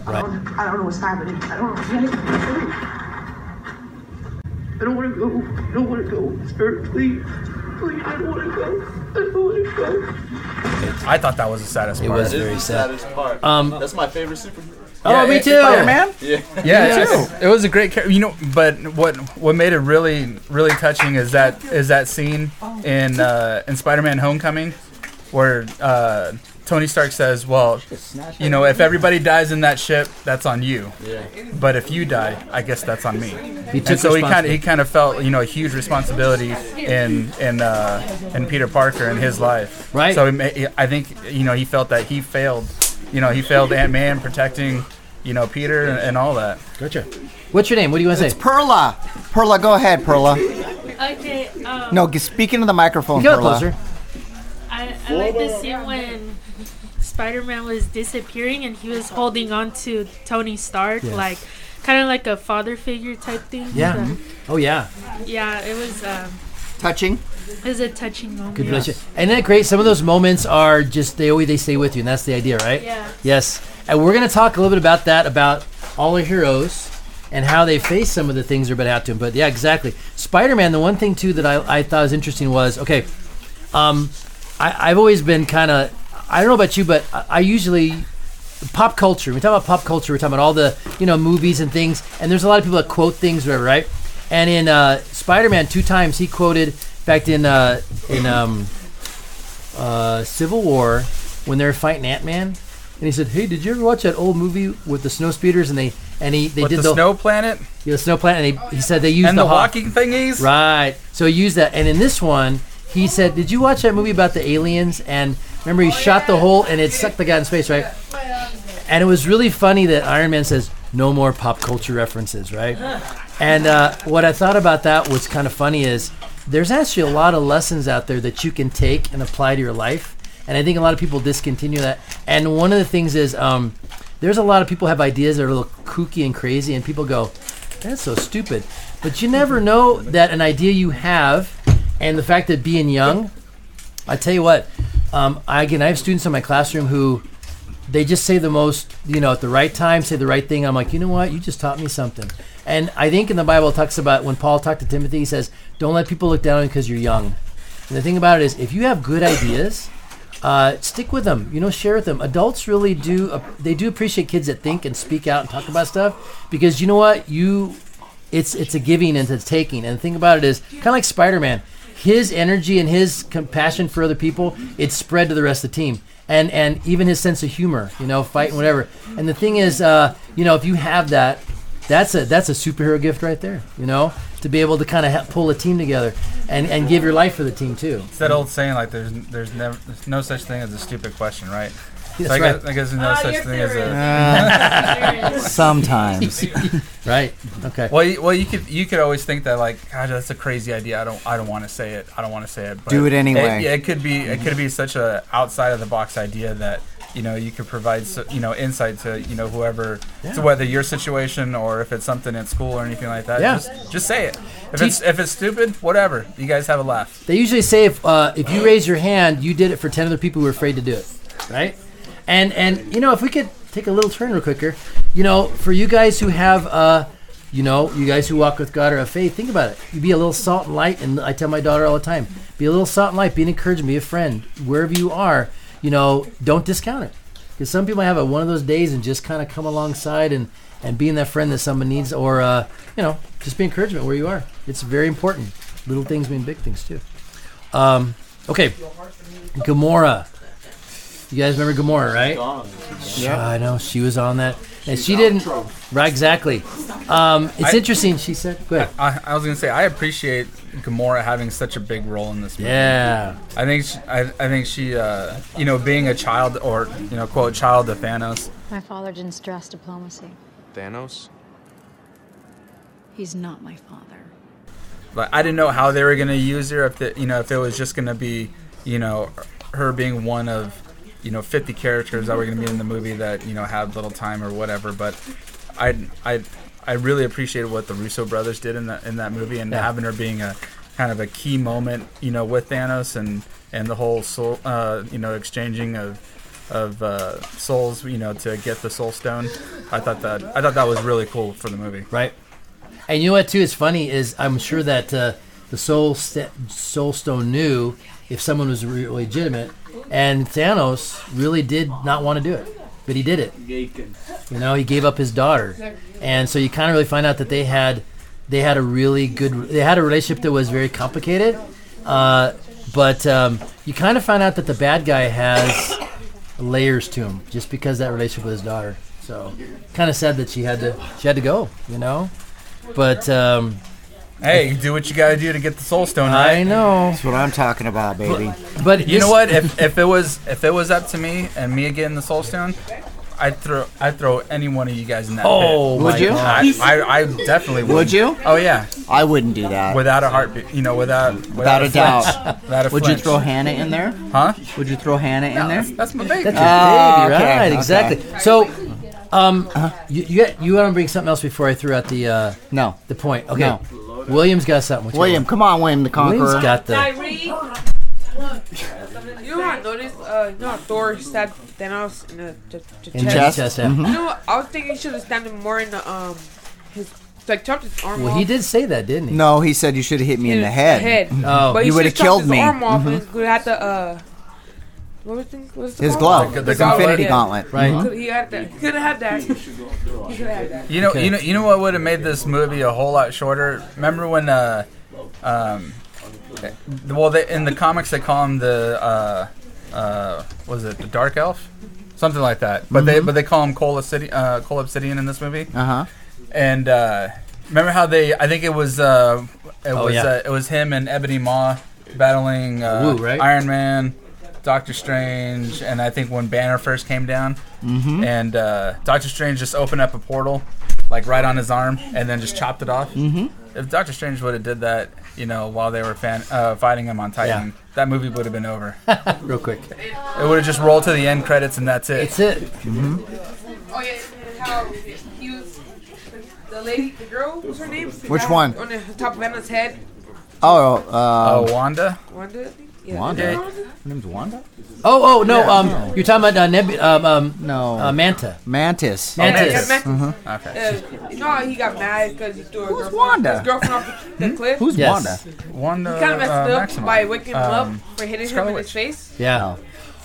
Speaker 4: Right.
Speaker 10: I don't know what's happening. I don't know. I don't want to go. I don't want to go. Spirit, please. Please, I don't want to go. I don't want to go.
Speaker 5: I thought that was the saddest
Speaker 4: It
Speaker 5: part.
Speaker 4: was
Speaker 11: This
Speaker 4: very
Speaker 11: is the
Speaker 4: sad.
Speaker 11: saddest part.
Speaker 4: Um,
Speaker 11: That's my favorite superhero.
Speaker 4: Oh, me too.
Speaker 6: Spider-Man?
Speaker 11: Yeah.
Speaker 5: Yeah, it's- it was a great character. You know, but what what made it really really touching is that is that scene in uh, in Spider-Man: Homecoming where uh, Tony Stark says, "Well, you know, if everybody dies in that ship, that's on you.
Speaker 11: Yeah.
Speaker 5: But if you die, I guess that's on me."
Speaker 4: He
Speaker 5: And
Speaker 4: took
Speaker 5: so he kind of
Speaker 4: responsibility.
Speaker 5: he kind of felt you know a huge responsibility in in uh, in Peter Parker and his life.
Speaker 4: Right.
Speaker 5: So he ma- I think you know he felt that he failed. You know he failed Ant Man protecting you know Peter and, and all that.
Speaker 4: Gotcha. What's your name? What do you want to say?
Speaker 6: Perla. Perla, go ahead, Perla.
Speaker 12: Okay, um,
Speaker 6: No, g- speak into the microphone,
Speaker 4: Go
Speaker 6: Perla.
Speaker 4: closer.
Speaker 12: I, I like the scene when Spider Man was disappearing and he was holding on to Tony Stark,
Speaker 4: Yes.
Speaker 12: like kind of like a father figure type thing.
Speaker 4: Yeah.
Speaker 12: So,
Speaker 4: Oh yeah.
Speaker 12: yeah, it was, um,
Speaker 6: Touching.
Speaker 12: it was a touching moment.
Speaker 4: Good relationship. And that great. Some of those moments are just they always they stay with you, and that's the idea, right?
Speaker 12: Yeah.
Speaker 4: Yes. And we're gonna talk a little bit about that about all our heroes and how they face some of the things they're about to have to. But yeah, exactly. Spider-Man. The one thing too that I, I thought was interesting was okay. Um, I, I've always been kind of I don't know about you, but I, I usually pop culture. We talk about pop culture. We're talking about all the you know movies and things. And there's a lot of people that quote things, whatever, right? And in uh, Spider-Man, two times he quoted. In fact, in uh, in um, uh, Civil War when they were fighting Ant Man, and he said, "Hey, did you ever watch that old movie with the snow speeders?" And they and he they
Speaker 5: With
Speaker 4: did
Speaker 5: the,
Speaker 4: the
Speaker 5: snow planet
Speaker 4: yeah, the snow planet. And they, he said they used
Speaker 5: and the,
Speaker 4: hawk.
Speaker 5: walking thingies.
Speaker 4: Right. So he used that. And in this one, he said, Did you watch that movie about the aliens? And remember, he shot the hole and it sucked the guy in space, right? And it was really funny that Iron Man says, No more pop culture references, right? And uh, what I thought about that was kind of funny is there's actually a lot of lessons out there that you can take and apply to your life. And I think a lot of people discontinue that. And one of the things is um, there's a lot of people have ideas that are a little kooky and crazy, and people go, that's so stupid. But you never know that an idea you have and the fact that being young, I tell you what, um, I, again, I have students in my classroom who they just say the most, you know, at the right time, say the right thing. I'm like, you know what? You just taught me something. And I think in the Bible it talks about when Paul talked to Timothy, he says, don't let people look down on you because you're young. And the thing about it is, if you have good ideas, uh, stick with them. You know, share with them. Adults really do. Uh, they do appreciate kids that think and speak out and talk about stuff because you know what you. It's it's a giving and it's a taking. And the thing about it is kind of like Spider Man. His energy and his compassion for other people it spread to the rest of the team. And and even his sense of humor. You know, fighting whatever. And the thing is, uh, you know, if you have that, that's a that's a superhero gift right there. You know, to be able to kind of ha- pull a team together and and give your life for the team too.
Speaker 5: It's that old saying like there's there's never there's no such thing as a stupid question, right? So
Speaker 4: That's
Speaker 5: I, guess,
Speaker 4: right.
Speaker 5: I guess there's no
Speaker 12: Oh,
Speaker 5: such
Speaker 12: you're
Speaker 5: thing as a.
Speaker 6: Sometimes.
Speaker 4: Right. Okay.
Speaker 5: Well, you, well, you could you could always think that like, God, that's a crazy idea. I don't I don't want to say it. I don't want to say it. But
Speaker 6: Do it anyway.
Speaker 5: It, yeah, it could be it could be such a outside of the box idea that you know you could provide so, you know insight to you know whoever to whether your situation or if it's something at school or anything like that.
Speaker 4: Yeah.
Speaker 5: Just, just say it. If it's if it's stupid, whatever. You guys have a laugh.
Speaker 4: They usually say if uh, if you raise your hand, you did it for ten other people who were afraid to do it, right? And and you know if we could take a little turn real quicker, you know for you guys who have uh, you know you guys who walk with God or have faith, think about it. You be a little salt and light, and I tell my daughter all the time, be a little salt and light, be an encouragement, be a friend wherever you are. You know, don't discount it because some people have a, one of those days and just kind of come alongside and and being that friend that someone needs, or uh, you know just be encouragement where you are. It's very important. Little things mean big things too. Um, okay, Gamora. You guys remember Gamora, right? Yeah, I know she was on that, and she didn't. Right, exactly. Um, it's
Speaker 5: I-
Speaker 4: interesting. She said, "Go ahead."
Speaker 5: I, I was gonna say I appreciate Gamora having such a big role in this movie.
Speaker 4: Yeah,
Speaker 5: I think she, I, I think she uh, you know being a child or you know quote child of Thanos.
Speaker 13: My father didn't stress diplomacy.
Speaker 11: Thanos?
Speaker 13: He's not my father.
Speaker 5: Like I didn't know how they were gonna use her if the, you know if it was just gonna be you know her being one of you know 50 characters that were gonna be in the movie that you know had little time or whatever. But I I I really appreciated what the Russo brothers did in that in that movie and
Speaker 4: Yeah.
Speaker 5: having her being a kind of a key moment you know with Thanos and and the whole soul uh, you know exchanging of of uh, souls, you know, to get the soul stone. I thought that I thought that was really cool for the movie.
Speaker 4: right. And you know what too is funny is I'm sure that uh, the Soul St- Soul Stone knew if someone was re- legitimate, and Thanos really did not want to do it, but he did it. You know, he gave up his daughter, and so you kind of really find out that they had they had a really good they had a relationship that was very complicated, uh, but um, you kind of find out that the bad guy has layers to him just because that relationship with his daughter. So kind of sad that she had to she had to go. You know, but um,
Speaker 5: hey, you do what you got to do to get the Soul Stone.
Speaker 4: I
Speaker 5: Right?
Speaker 4: know.
Speaker 9: That's what I'm talking about, baby.
Speaker 4: But, but
Speaker 5: you
Speaker 4: this-
Speaker 5: know what? If, if it was if it was up to me and me getting the Soul Stone, I'd throw I'd throw any one of you guys in that.
Speaker 4: Oh,
Speaker 5: pit.
Speaker 4: Would my you?
Speaker 5: I, I, I definitely would.
Speaker 9: Would you?
Speaker 5: Oh yeah,
Speaker 9: I wouldn't do that.
Speaker 5: without a heartbeat. You know, without without,
Speaker 9: Without a
Speaker 5: flinch.
Speaker 9: doubt.
Speaker 5: Without a
Speaker 9: Would you
Speaker 5: flinch.
Speaker 9: throw Hannah in there?
Speaker 5: Huh?
Speaker 9: Would you throw Hannah in there?
Speaker 5: That's my baby.
Speaker 4: That's your
Speaker 9: Oh,
Speaker 4: baby,
Speaker 9: okay,
Speaker 4: right?
Speaker 9: okay.
Speaker 4: Exactly. So, um, you you, got- you want to bring something else before I threw out the uh,
Speaker 9: no
Speaker 4: the point? Okay.
Speaker 9: No.
Speaker 4: William's got something. What you
Speaker 9: William,
Speaker 4: want?
Speaker 9: come on, William the Conqueror.
Speaker 4: William's got the.
Speaker 7: Tyree. You know how I noticed? Uh, you know how Thor stabbed Thanos in the, the, the
Speaker 4: In
Speaker 7: chest.
Speaker 4: chest, yeah.
Speaker 9: Mm-hmm.
Speaker 4: Mhm.
Speaker 7: You know what? I was thinking he should have stabbed him more in the um his like chopped his arm
Speaker 4: Well,
Speaker 7: off.
Speaker 4: he did say that, didn't he?
Speaker 9: No, he said you should have hit me in the
Speaker 7: His
Speaker 9: head.
Speaker 4: Oh. Mm-hmm.
Speaker 7: but he
Speaker 9: you would have
Speaker 7: should've chopped
Speaker 9: killed
Speaker 7: his
Speaker 9: me.
Speaker 7: Arm off
Speaker 9: Mhm.
Speaker 7: and He would have to uh. What was it, what was it
Speaker 9: His
Speaker 7: called?
Speaker 9: glove, The- the his gauntlet. infinity gauntlet.
Speaker 4: Right.
Speaker 7: He could- He had that. He could have had that. He could have had that.
Speaker 5: You know,
Speaker 4: Okay.
Speaker 5: you know, you know what would have made this movie a whole lot shorter. Remember when, uh, um, th- well, they, in the comics they call him the, uh, uh, was it the Dark Elf, something like that. But they,
Speaker 9: Mhm.
Speaker 5: but they call him Cole Obsidian, uh, Cole Obsidian in this movie.
Speaker 4: Uh-huh.
Speaker 9: Uh huh.
Speaker 5: And uh, remember how they? I think it was, uh, it
Speaker 4: Oh,
Speaker 5: was,
Speaker 4: yeah.
Speaker 5: uh, it was him and Ebony Maw battling uh,
Speaker 4: Wu, right?
Speaker 5: Iron Man, Doctor Strange, and I think when Banner first came down
Speaker 9: Mm-hmm.
Speaker 5: and uh, Doctor Strange just opened up a portal, like right on his arm, and then just chopped it off.
Speaker 9: Mhm.
Speaker 5: If Doctor Strange would have did that, you know, while they were fan- uh, fighting him on Titan, that movie would have been over.
Speaker 4: Real quick.
Speaker 5: It would have just rolled to the end credits, and that's it.
Speaker 4: That's it.
Speaker 7: Oh yeah, how he was the lady, the girl. What's her name?
Speaker 9: Which one?
Speaker 7: On the top of Anna's head.
Speaker 9: Oh, uh,
Speaker 5: Oh, Wanda.
Speaker 7: Wanda. I think? Yeah.
Speaker 9: Wanda.
Speaker 7: Wanda?
Speaker 9: Her name's Wanda.
Speaker 4: Oh, oh no.
Speaker 9: Yeah.
Speaker 4: um,
Speaker 9: No.
Speaker 4: you're talking about uh, Neb- um, um,
Speaker 9: No.
Speaker 4: uh, Manta.
Speaker 9: Mantis.
Speaker 4: Oh, Mantis.
Speaker 7: Yeah, Mantis.
Speaker 9: Mhm.
Speaker 5: Mm-hmm. Okay.
Speaker 7: Uh, no, he got mad because he threw a girlfriend,
Speaker 9: Wanda? Hmm?
Speaker 7: his girlfriend off the, the cliff.
Speaker 9: Who's
Speaker 4: Yes.
Speaker 9: Wanda?
Speaker 5: Wanda.
Speaker 7: He kind of messed
Speaker 5: uh,
Speaker 7: up
Speaker 5: Maximoff.
Speaker 7: by waking him
Speaker 5: Um,
Speaker 7: up for hitting
Speaker 5: Scarlet
Speaker 7: him in
Speaker 5: Witch.
Speaker 7: his face.
Speaker 4: Yeah.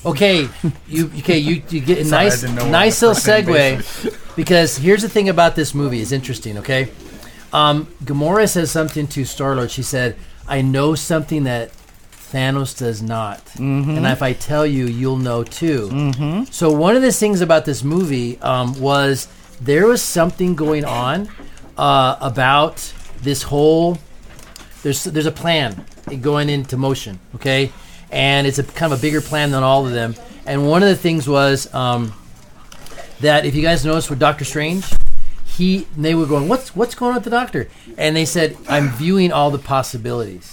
Speaker 4: Okay. You okay? You you get a
Speaker 5: Sorry, I
Speaker 4: nice
Speaker 5: didn't know what
Speaker 4: nice
Speaker 5: the
Speaker 4: little
Speaker 5: first name
Speaker 4: segue because here's the thing about this movie is interesting. Okay, um, Gamora says something to Star Lord. She said, "I know something that Thanos does not,
Speaker 5: Mm-hmm.
Speaker 4: and if I tell you, you'll know too." Mm-hmm. So one of the things about this movie um, was there was something going on uh, about this whole there's there's a plan going into motion, okay, and it's a kind of a bigger plan than all of them. And one of the things was um, that if you guys notice with Doctor Strange, he they were going, what's what's going on with the Doctor? And they said, I'm viewing all the possibilities.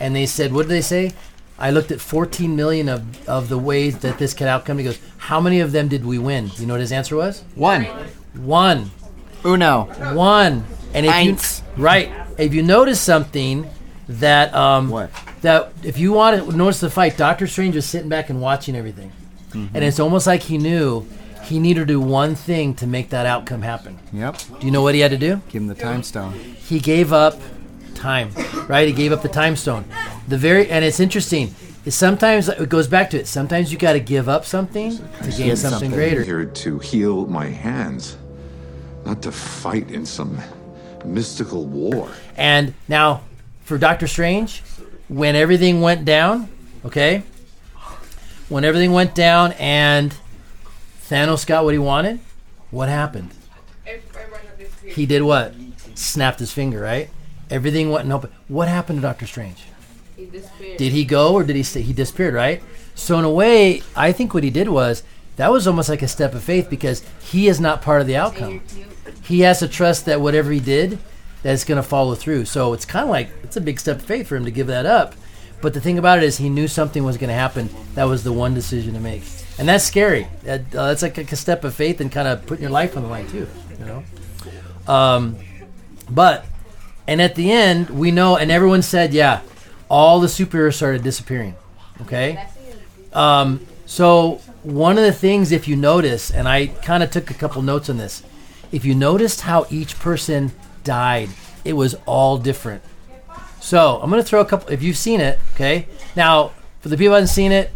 Speaker 4: And they said, what did they say? I looked at 14 million of, of the ways that this could outcome. He goes, how many of them did we win? You know what his answer was?
Speaker 9: One.
Speaker 4: One.
Speaker 9: Uno.
Speaker 4: One. And if
Speaker 9: Eins.
Speaker 4: you right, if you notice something that um
Speaker 9: What?
Speaker 4: that if you want to notice the fight, Doctor Strange was sitting back and watching everything,
Speaker 9: Mm-hmm.
Speaker 4: and it's almost like he knew he needed to do one thing to make that outcome happen.
Speaker 9: Yep.
Speaker 4: Do you know what he had to do?
Speaker 9: Give him the time stone.
Speaker 4: he gave up time, right? He gave up the time stone. The very and it's interesting. is Sometimes it goes back to it. Sometimes you got to give up something to gain something
Speaker 9: Get something.
Speaker 4: greater.
Speaker 14: here to heal my hands, not to fight in some mystical war.
Speaker 4: And now for Doctor Strange, when everything went down, okay? When everything went down and Thanos got what he wanted, what happened? He did what? Snapped his finger, right? Everything went in open. What happened to Doctor Strange? Did he go or did he stay? He disappeared, right? So in a way, I think what he did was that was almost like a step of faith because he is not part of the outcome. He has to trust that whatever he did, that it's going to follow through. So it's kind of like it's a big step of faith for him to give that up. But the thing about it is, he knew something was going to happen. That was the one decision to make, and that's scary. That, uh, that's like a step of faith and kind of putting your life on the line too. You know. Um, but, and at the end, we know, and everyone said, yeah, all the superheroes started disappearing. Okay? Um, so, one of the things, if you notice, and I kind of took a couple notes on this, if you noticed how each person died, It was all different. So I'm gonna throw a couple. If you've seen it, okay. Now for the people who haven't seen it,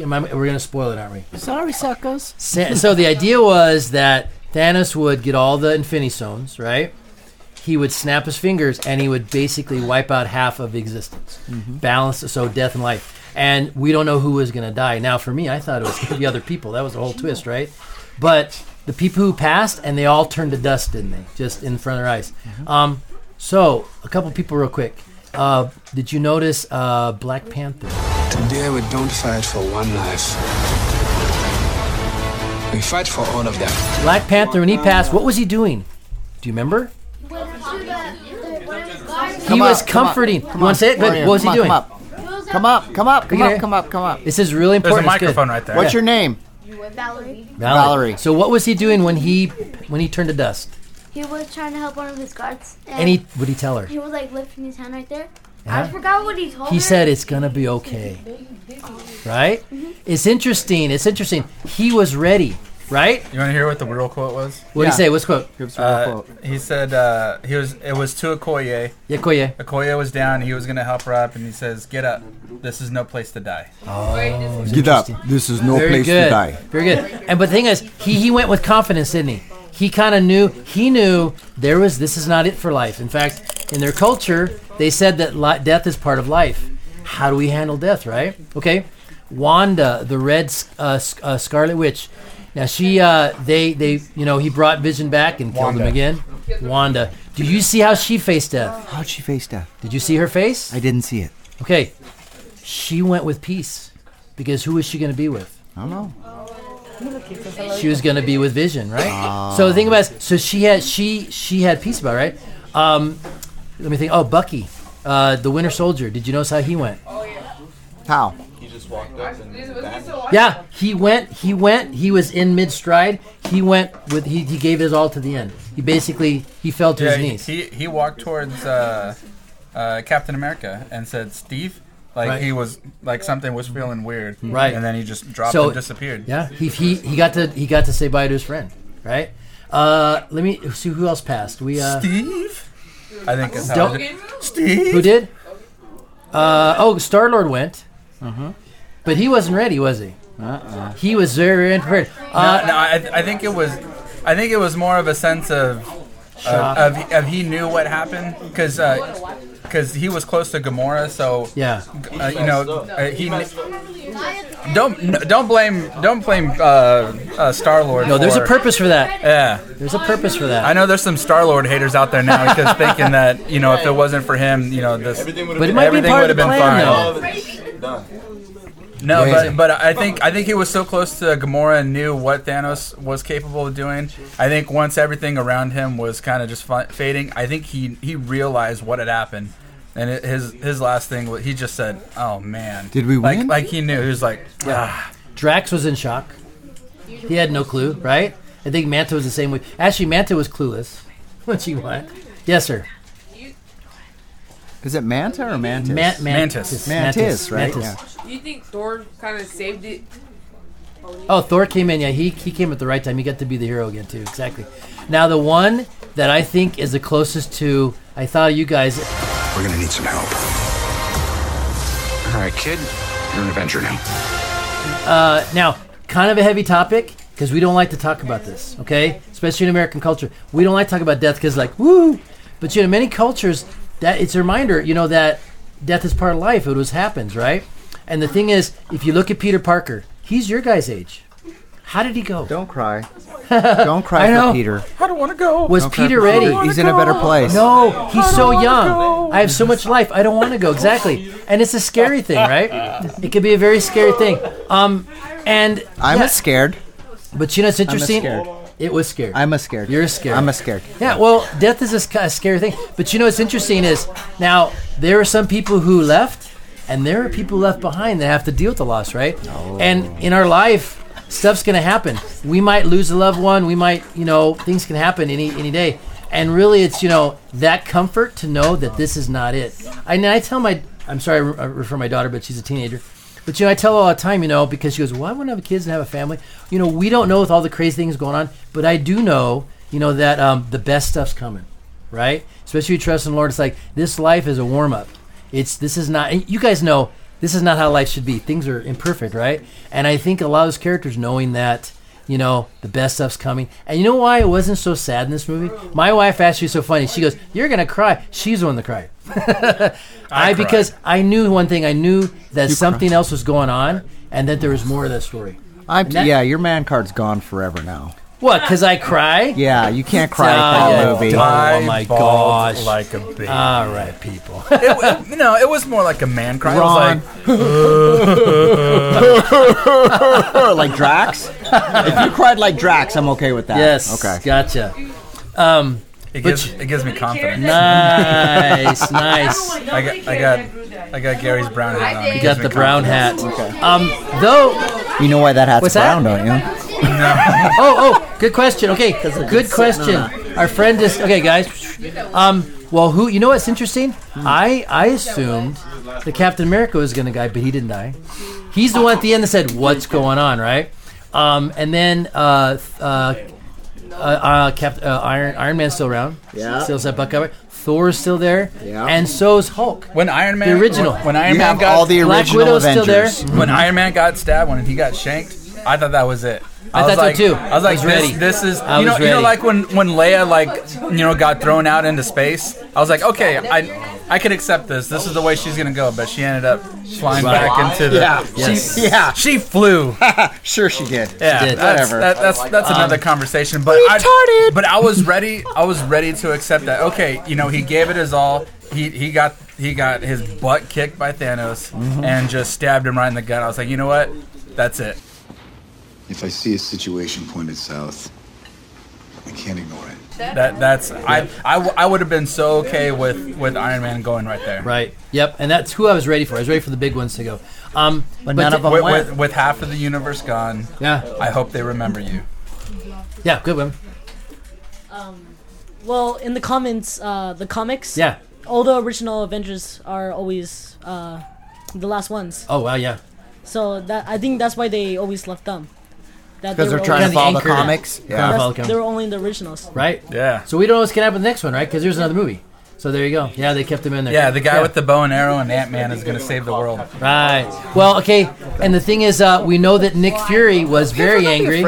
Speaker 4: am I- we're gonna spoil it, aren't we?
Speaker 6: Sorry, suckers.
Speaker 4: Sa- so the idea was that Thanos would get all the Infinity Stones, right? He would snap his fingers and he would basically wipe out half of existence,
Speaker 6: Mm-hmm.
Speaker 4: balance so death and life. And we don't know who was going to die. Now, for me, I thought it was going to be other people. That was the whole twist, right? But the people who passed and they all turned to dust, didn't they? Just in front of their eyes.
Speaker 6: Mm-hmm.
Speaker 4: Um, so a couple people, real quick. Uh, did you notice uh, Black Panther?
Speaker 15: Today we don't fight for one life. We fight for all of them.
Speaker 4: Black Panther, when he passed, what was he doing? Do you remember?
Speaker 6: Come
Speaker 4: he was
Speaker 6: up, come up,
Speaker 4: comforting.
Speaker 6: come
Speaker 4: you
Speaker 6: up.
Speaker 4: want to say it?
Speaker 6: Come
Speaker 4: Good.
Speaker 6: on,
Speaker 4: What was he
Speaker 6: come
Speaker 4: doing?
Speaker 6: up, Come up, come up, come
Speaker 4: Look at
Speaker 6: up,
Speaker 4: it.
Speaker 6: come up, come up.
Speaker 4: This is really
Speaker 6: There's a
Speaker 4: important. It's good.
Speaker 6: microphone right there. What's your name?
Speaker 16: Valerie.
Speaker 4: Valerie. So what was he doing when he when he turned to dust?
Speaker 16: He was trying to help one of his guards.
Speaker 4: And he what'd he tell her?
Speaker 16: He was like lifting his hand right there.
Speaker 4: Yeah.
Speaker 16: I forgot what he told
Speaker 4: He
Speaker 16: her. Mm-hmm.
Speaker 4: said it's gonna be okay. Right? It's interesting. It's interesting. He was ready, right?
Speaker 5: You want to hear what the real quote was?
Speaker 4: What'd he say? What's the quote?
Speaker 5: Give us a real quote. He said uh, he was. It was to Okoye.
Speaker 4: Yeah, Okoye.
Speaker 5: Okoye was down. He was gonna help her up, and he says, "Get up. This is no place to die."
Speaker 4: Oh, it's
Speaker 17: Get up.
Speaker 4: interesting.
Speaker 17: This is no
Speaker 4: Very
Speaker 17: place to
Speaker 4: good.
Speaker 17: die.
Speaker 4: Very good. And but the thing is, he he went with confidence, didn't he? He kind of knew. He knew there was this is not it for life. In fact, in their culture, they said that li- death is part of life. How do we handle death, right? Okay, Wanda, the red S- uh, S- uh, Scarlet Witch. Now she, uh, they, they, you know, he brought Vision back and killed him
Speaker 6: Wanda.
Speaker 4: again. Wanda, do you see how she faced death?
Speaker 6: How'd she face death?
Speaker 4: Did you see her face?
Speaker 6: I didn't see it.
Speaker 4: Okay, she went with peace because who was she going to be with?
Speaker 6: I don't know.
Speaker 4: she was going to be with Vision, right? So the thing about it, so she had she she had peace about it, right. Um, let me think. Oh, Bucky, uh, the Winter Soldier. Did you notice how he went?
Speaker 6: How?
Speaker 11: He just walked up and
Speaker 4: Yeah, he went. He went. He was in mid stride. He went with. He, he gave his all to the end. He basically he fell to
Speaker 5: Yeah,
Speaker 4: his knees.
Speaker 5: he he walked towards uh, uh, Captain America and said, "Steve." Like
Speaker 4: Right.
Speaker 5: he was like something was feeling weird,
Speaker 4: Right.
Speaker 5: And then he just dropped and disappeared.
Speaker 4: Yeah, he, he he got to he got to say bye to his friend, right? Uh, let me see who else passed. We uh,
Speaker 5: Steve. I think it's how
Speaker 4: Don't-
Speaker 5: it- Steve.
Speaker 4: Who did? Uh, oh, Star Lord went, but he wasn't ready, was he? Uh-uh. He was very unprepared. Uh,
Speaker 5: no, no I, I think it was, I think it was more of a sense of,
Speaker 4: Shock.
Speaker 5: of, of, of he knew what happened because, because he was close to Gamora, so
Speaker 4: Yeah.
Speaker 5: uh, you know, uh, he. Don't no, don't blame don't blame uh, uh, Star Lord.
Speaker 4: No, there's a purpose for that.
Speaker 5: Yeah,
Speaker 4: there's a purpose for that.
Speaker 5: I know there's some Star Lord haters out there now because thinking that you know if it wasn't for him, you know this. Everything
Speaker 4: But it might be part of the plan, though.
Speaker 5: No,
Speaker 4: Crazy.
Speaker 5: but but I think I think he was so close to Gamora and knew what Thanos was capable of doing. I think once everything around him was kind of just fi- fading, I think he he realized what had happened, and it, his his last thing was he just said, "Oh man,
Speaker 17: Did we
Speaker 5: like,
Speaker 17: win?
Speaker 5: Like he knew he was like, ah.
Speaker 4: Drax was in shock. He had no clue, right? I think Manta was the same way. Actually, Manta was clueless when she went. Yes, sir.
Speaker 6: Is it Manta or Mantis?
Speaker 4: Man- Mantis. Mantis.
Speaker 6: Mantis, right?
Speaker 4: Mantis.
Speaker 6: Yeah.
Speaker 7: You think Thor kind of saved it?
Speaker 4: Oh, Thor came in. Yeah, he, he came at the right time. He got to be the hero again, too. Exactly. Now, the one that I think is the closest to, I thought of you guys.
Speaker 14: We're gonna need some help. All right, kid, you're an Avenger now.
Speaker 4: Uh, now, kind of a heavy topic because we don't like to talk about this, okay? Especially in American culture, we don't like to talk about death because, like, woo. But you know, many cultures that it's a reminder, you know, that death is part of life. It just happens, right? And the thing is, if you look at Peter Parker, he's your guy's age. How did he go? Don't
Speaker 6: cry. Don't cry
Speaker 4: I
Speaker 6: for
Speaker 4: know.
Speaker 6: Peter.
Speaker 5: I don't want to go.
Speaker 4: Was
Speaker 6: Don't cry
Speaker 4: Peter
Speaker 6: for
Speaker 4: ready?
Speaker 6: Peter. He's in a better place.
Speaker 4: No, he's
Speaker 6: I
Speaker 4: so
Speaker 6: don't wanna
Speaker 4: young.
Speaker 6: go.
Speaker 4: I have so much life. I don't want to go. Exactly. And it's a scary thing, right? It could be a very scary thing. Um, and
Speaker 6: I'm
Speaker 4: yeah.
Speaker 6: a scared.
Speaker 4: But you know, it's
Speaker 6: I'm a
Speaker 4: interesting.
Speaker 6: scared.
Speaker 4: It was scared.
Speaker 6: I'm a scared.
Speaker 4: You're scared.
Speaker 6: I'm a scared.
Speaker 4: Yeah, well, death is a, sc- a scary thing. But you know what's interesting is now there are some people who left, and there are people left behind that have to deal with the loss, right? And in our life, stuff's going to happen. We might lose a loved one. We might, you know, things can happen any any day. And really, it's you know that comfort to know that this is not it. I, and I tell my, I'm sorry, I re- I refer to my daughter, but she's a teenager. But you know, I tell her all the time, you know, because she goes, "Well, I want to have kids and have a family." You know, we don't know with all the crazy things going on, but I do know, you know, that um, the best stuff's coming. right? Especially if you trust in the Lord. It's like this life is a warm up. It's this is not. You guys know this is not how life should be. Things are imperfect, right? And I think a lot of those characters knowing that. You know, the best stuff's coming. And you know why it wasn't so sad in this movie? My wife actually was so funny. She goes, You're going to cry. She's the one that cried. I, because I knew one thing. I knew that something else was going on and that there was more of that story.
Speaker 9: I'm,
Speaker 4: And that-
Speaker 9: yeah, your man card's gone forever now.
Speaker 4: What? Because I cry?
Speaker 9: Yeah, you can't cry at that
Speaker 4: Oh,
Speaker 9: movie.
Speaker 4: Oh my
Speaker 5: Eyeballed
Speaker 4: gosh! Uh,
Speaker 5: like a baby.
Speaker 4: All right, people.
Speaker 5: it, it, no, it was more like a man cry.
Speaker 9: Ron.
Speaker 5: It was like.
Speaker 9: like Drax? if you cried like Drax, I'm okay with that.
Speaker 4: Yes.
Speaker 9: Okay.
Speaker 4: Gotcha. Um,
Speaker 5: It
Speaker 4: but
Speaker 5: gives,
Speaker 4: you-
Speaker 5: it gives me confidence.
Speaker 4: Nice, nice.
Speaker 5: I got, I got, I got Gary's brown hat on. It
Speaker 4: you got
Speaker 5: gives me
Speaker 4: the brown hat.
Speaker 5: confidence.
Speaker 4: Um, though.
Speaker 9: You know why that hat's
Speaker 4: What's that?
Speaker 9: brown, don't you?
Speaker 4: oh, oh, good question. Okay, good
Speaker 9: sitting
Speaker 4: question.
Speaker 9: on
Speaker 4: Our friend just okay, guys. Um, well, who? You know what's interesting?
Speaker 5: Hmm.
Speaker 4: I I assumed that Captain America was gonna die, but he didn't die. He's the one at the end that said, "What's going on?" Right? Um, and then uh, uh, uh, uh, Cap- uh, Iron Iron Man's still around.
Speaker 5: Yeah.
Speaker 4: Still has that buck cover. Thor's still there.
Speaker 5: Yeah.
Speaker 4: And so's Hulk.
Speaker 5: When Iron Man,
Speaker 4: the original.
Speaker 5: When Iron Man got
Speaker 4: Black Widow's still there.
Speaker 5: When Iron Man got stabbed, when he got shanked, I thought that was it.
Speaker 4: I
Speaker 5: was
Speaker 4: thought so
Speaker 5: like,
Speaker 4: too.
Speaker 5: I was
Speaker 4: I
Speaker 5: like,
Speaker 4: was
Speaker 5: this,
Speaker 4: ready.
Speaker 5: this is
Speaker 4: I
Speaker 5: you know,
Speaker 4: was
Speaker 5: you know,
Speaker 4: ready.
Speaker 5: like when when Leia like you know got thrown out into space. I was like, okay, I I could accept this. This is the way she's gonna go. But she ended up flying
Speaker 9: Right.
Speaker 5: back into the
Speaker 9: Yeah. Yes.
Speaker 5: She,
Speaker 9: Yeah.
Speaker 5: she flew.
Speaker 9: sure, she did.
Speaker 5: Yeah,
Speaker 9: She did.
Speaker 5: That's,
Speaker 9: Whatever.
Speaker 5: that- that's that's
Speaker 9: Um,
Speaker 5: another conversation. But I, but I was ready. I was ready to accept that. Okay, you know, he gave it his all. He he got he got his butt kicked by Thanos
Speaker 9: Mm-hmm.
Speaker 15: Mhm.
Speaker 5: and just stabbed him right in the gut. I was like, you know what? That's it.
Speaker 14: If I see a situation pointed south, I can't ignore it.
Speaker 5: That that's I I, w- I would have been so okay with with Iron Man going right there.
Speaker 4: Right. Yep. And that's who I was ready for. I was ready for the big ones to go. Um, but,
Speaker 5: With-
Speaker 4: to-
Speaker 5: with, With, with half of the universe gone.
Speaker 4: Yeah.
Speaker 5: I hope they remember you.
Speaker 4: Yeah, good one.
Speaker 17: Um, well, in the comments, uh, the comics.
Speaker 4: Yeah.
Speaker 17: All the original Avengers are always uh, the last ones.
Speaker 4: Oh wow, yeah.
Speaker 17: So that I think that's why they always left them. That
Speaker 9: 'Cause
Speaker 17: they
Speaker 9: they're
Speaker 17: were
Speaker 9: trying
Speaker 17: always-
Speaker 9: to follow the Anchor. comics.
Speaker 17: Yeah.
Speaker 4: Yeah. Trying to
Speaker 17: That's-
Speaker 4: follow the comics.
Speaker 17: They were only in the originals.
Speaker 4: Right.
Speaker 5: Yeah.
Speaker 4: So we don't know what's gonna happen with the next one, right? Because there's another movie. So there you go. Yeah, they kept him in there.
Speaker 5: Yeah, the guy with the bow and arrow and Ant Man is going to save the world.
Speaker 4: Right. Well, okay. And the thing is, uh, we know that Nick Fury was very angry,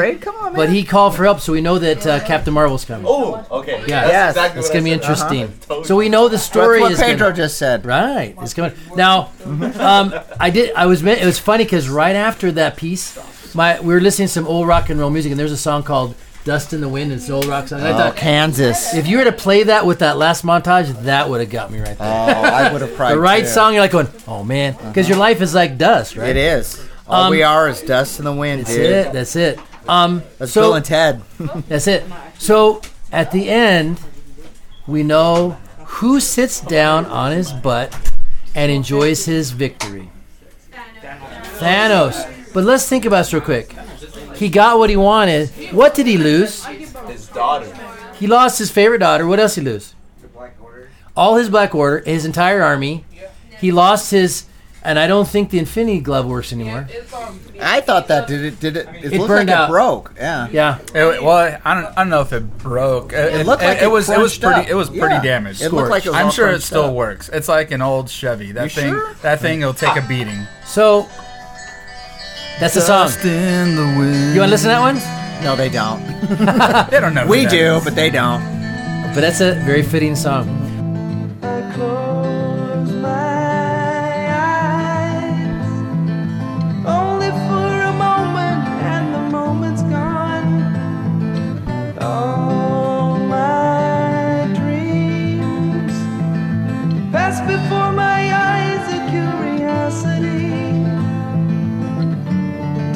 Speaker 4: but he called for help, so we know that uh, Captain Marvel's coming.
Speaker 18: Oh, okay.
Speaker 4: Yeah,
Speaker 18: That's
Speaker 4: it's gonna be
Speaker 18: what I said.
Speaker 4: interesting.
Speaker 18: Uh-huh.
Speaker 4: So we know the story
Speaker 9: That's what
Speaker 4: is gonna-
Speaker 9: Pedro just said.
Speaker 4: Right, it's coming now. Um, I did. I was. It was funny because right after that piece, my we were listening to some old rock and roll music, and there's a song called "Dust in the Wind." And it's an old rock song. And I
Speaker 9: Oh,
Speaker 4: thought
Speaker 9: Kansas.
Speaker 4: If you were to play that with that last montage, that would have got me right there. Oh,
Speaker 9: I would've cried,
Speaker 4: The right
Speaker 9: too. Uh-huh.
Speaker 4: song. You're like going, oh man, because your life is like dust, right?
Speaker 9: It is. All
Speaker 4: Um,
Speaker 9: we are is dust in the wind,
Speaker 4: That's
Speaker 9: dude.
Speaker 4: it. That's it. Um,
Speaker 9: That's Bill and Ted.
Speaker 4: that's it. So at the end, we know who sits down on his butt and enjoys his victory. Thanos. But let's think about this real quick. He got what he wanted. What did he lose?
Speaker 18: His daughter.
Speaker 4: He lost his favorite daughter. What else he lose? All his Black Order, his entire army. He lost his, and I don't think the Infinity Glove works anymore.
Speaker 9: I thought that did it. Did it? It,
Speaker 4: It
Speaker 9: looked
Speaker 4: burned
Speaker 9: like
Speaker 4: out.
Speaker 9: it broke. Yeah.
Speaker 4: Yeah.
Speaker 5: It, well, I don't, I don't know if it broke. It,
Speaker 9: It looked like
Speaker 5: it,
Speaker 9: it
Speaker 5: was. It was
Speaker 9: crunched
Speaker 5: pretty.
Speaker 9: up.
Speaker 5: It was pretty
Speaker 9: Yeah.
Speaker 5: damaged.
Speaker 9: It looked like it was
Speaker 5: I'm
Speaker 9: all
Speaker 5: sure it
Speaker 9: crunched
Speaker 5: still
Speaker 9: up.
Speaker 5: works. It's like an old Chevy. That
Speaker 9: You
Speaker 5: thing.
Speaker 9: sure?
Speaker 5: That thing will take a beating.
Speaker 4: So that's the song. You want to listen to that one?
Speaker 9: No, they don't.
Speaker 5: they don't know.
Speaker 9: We do, but they don't.
Speaker 4: But that's a very fitting song.
Speaker 10: Only for a moment, and the moment's gone. All my dreams pass before my eyes, a curiosity.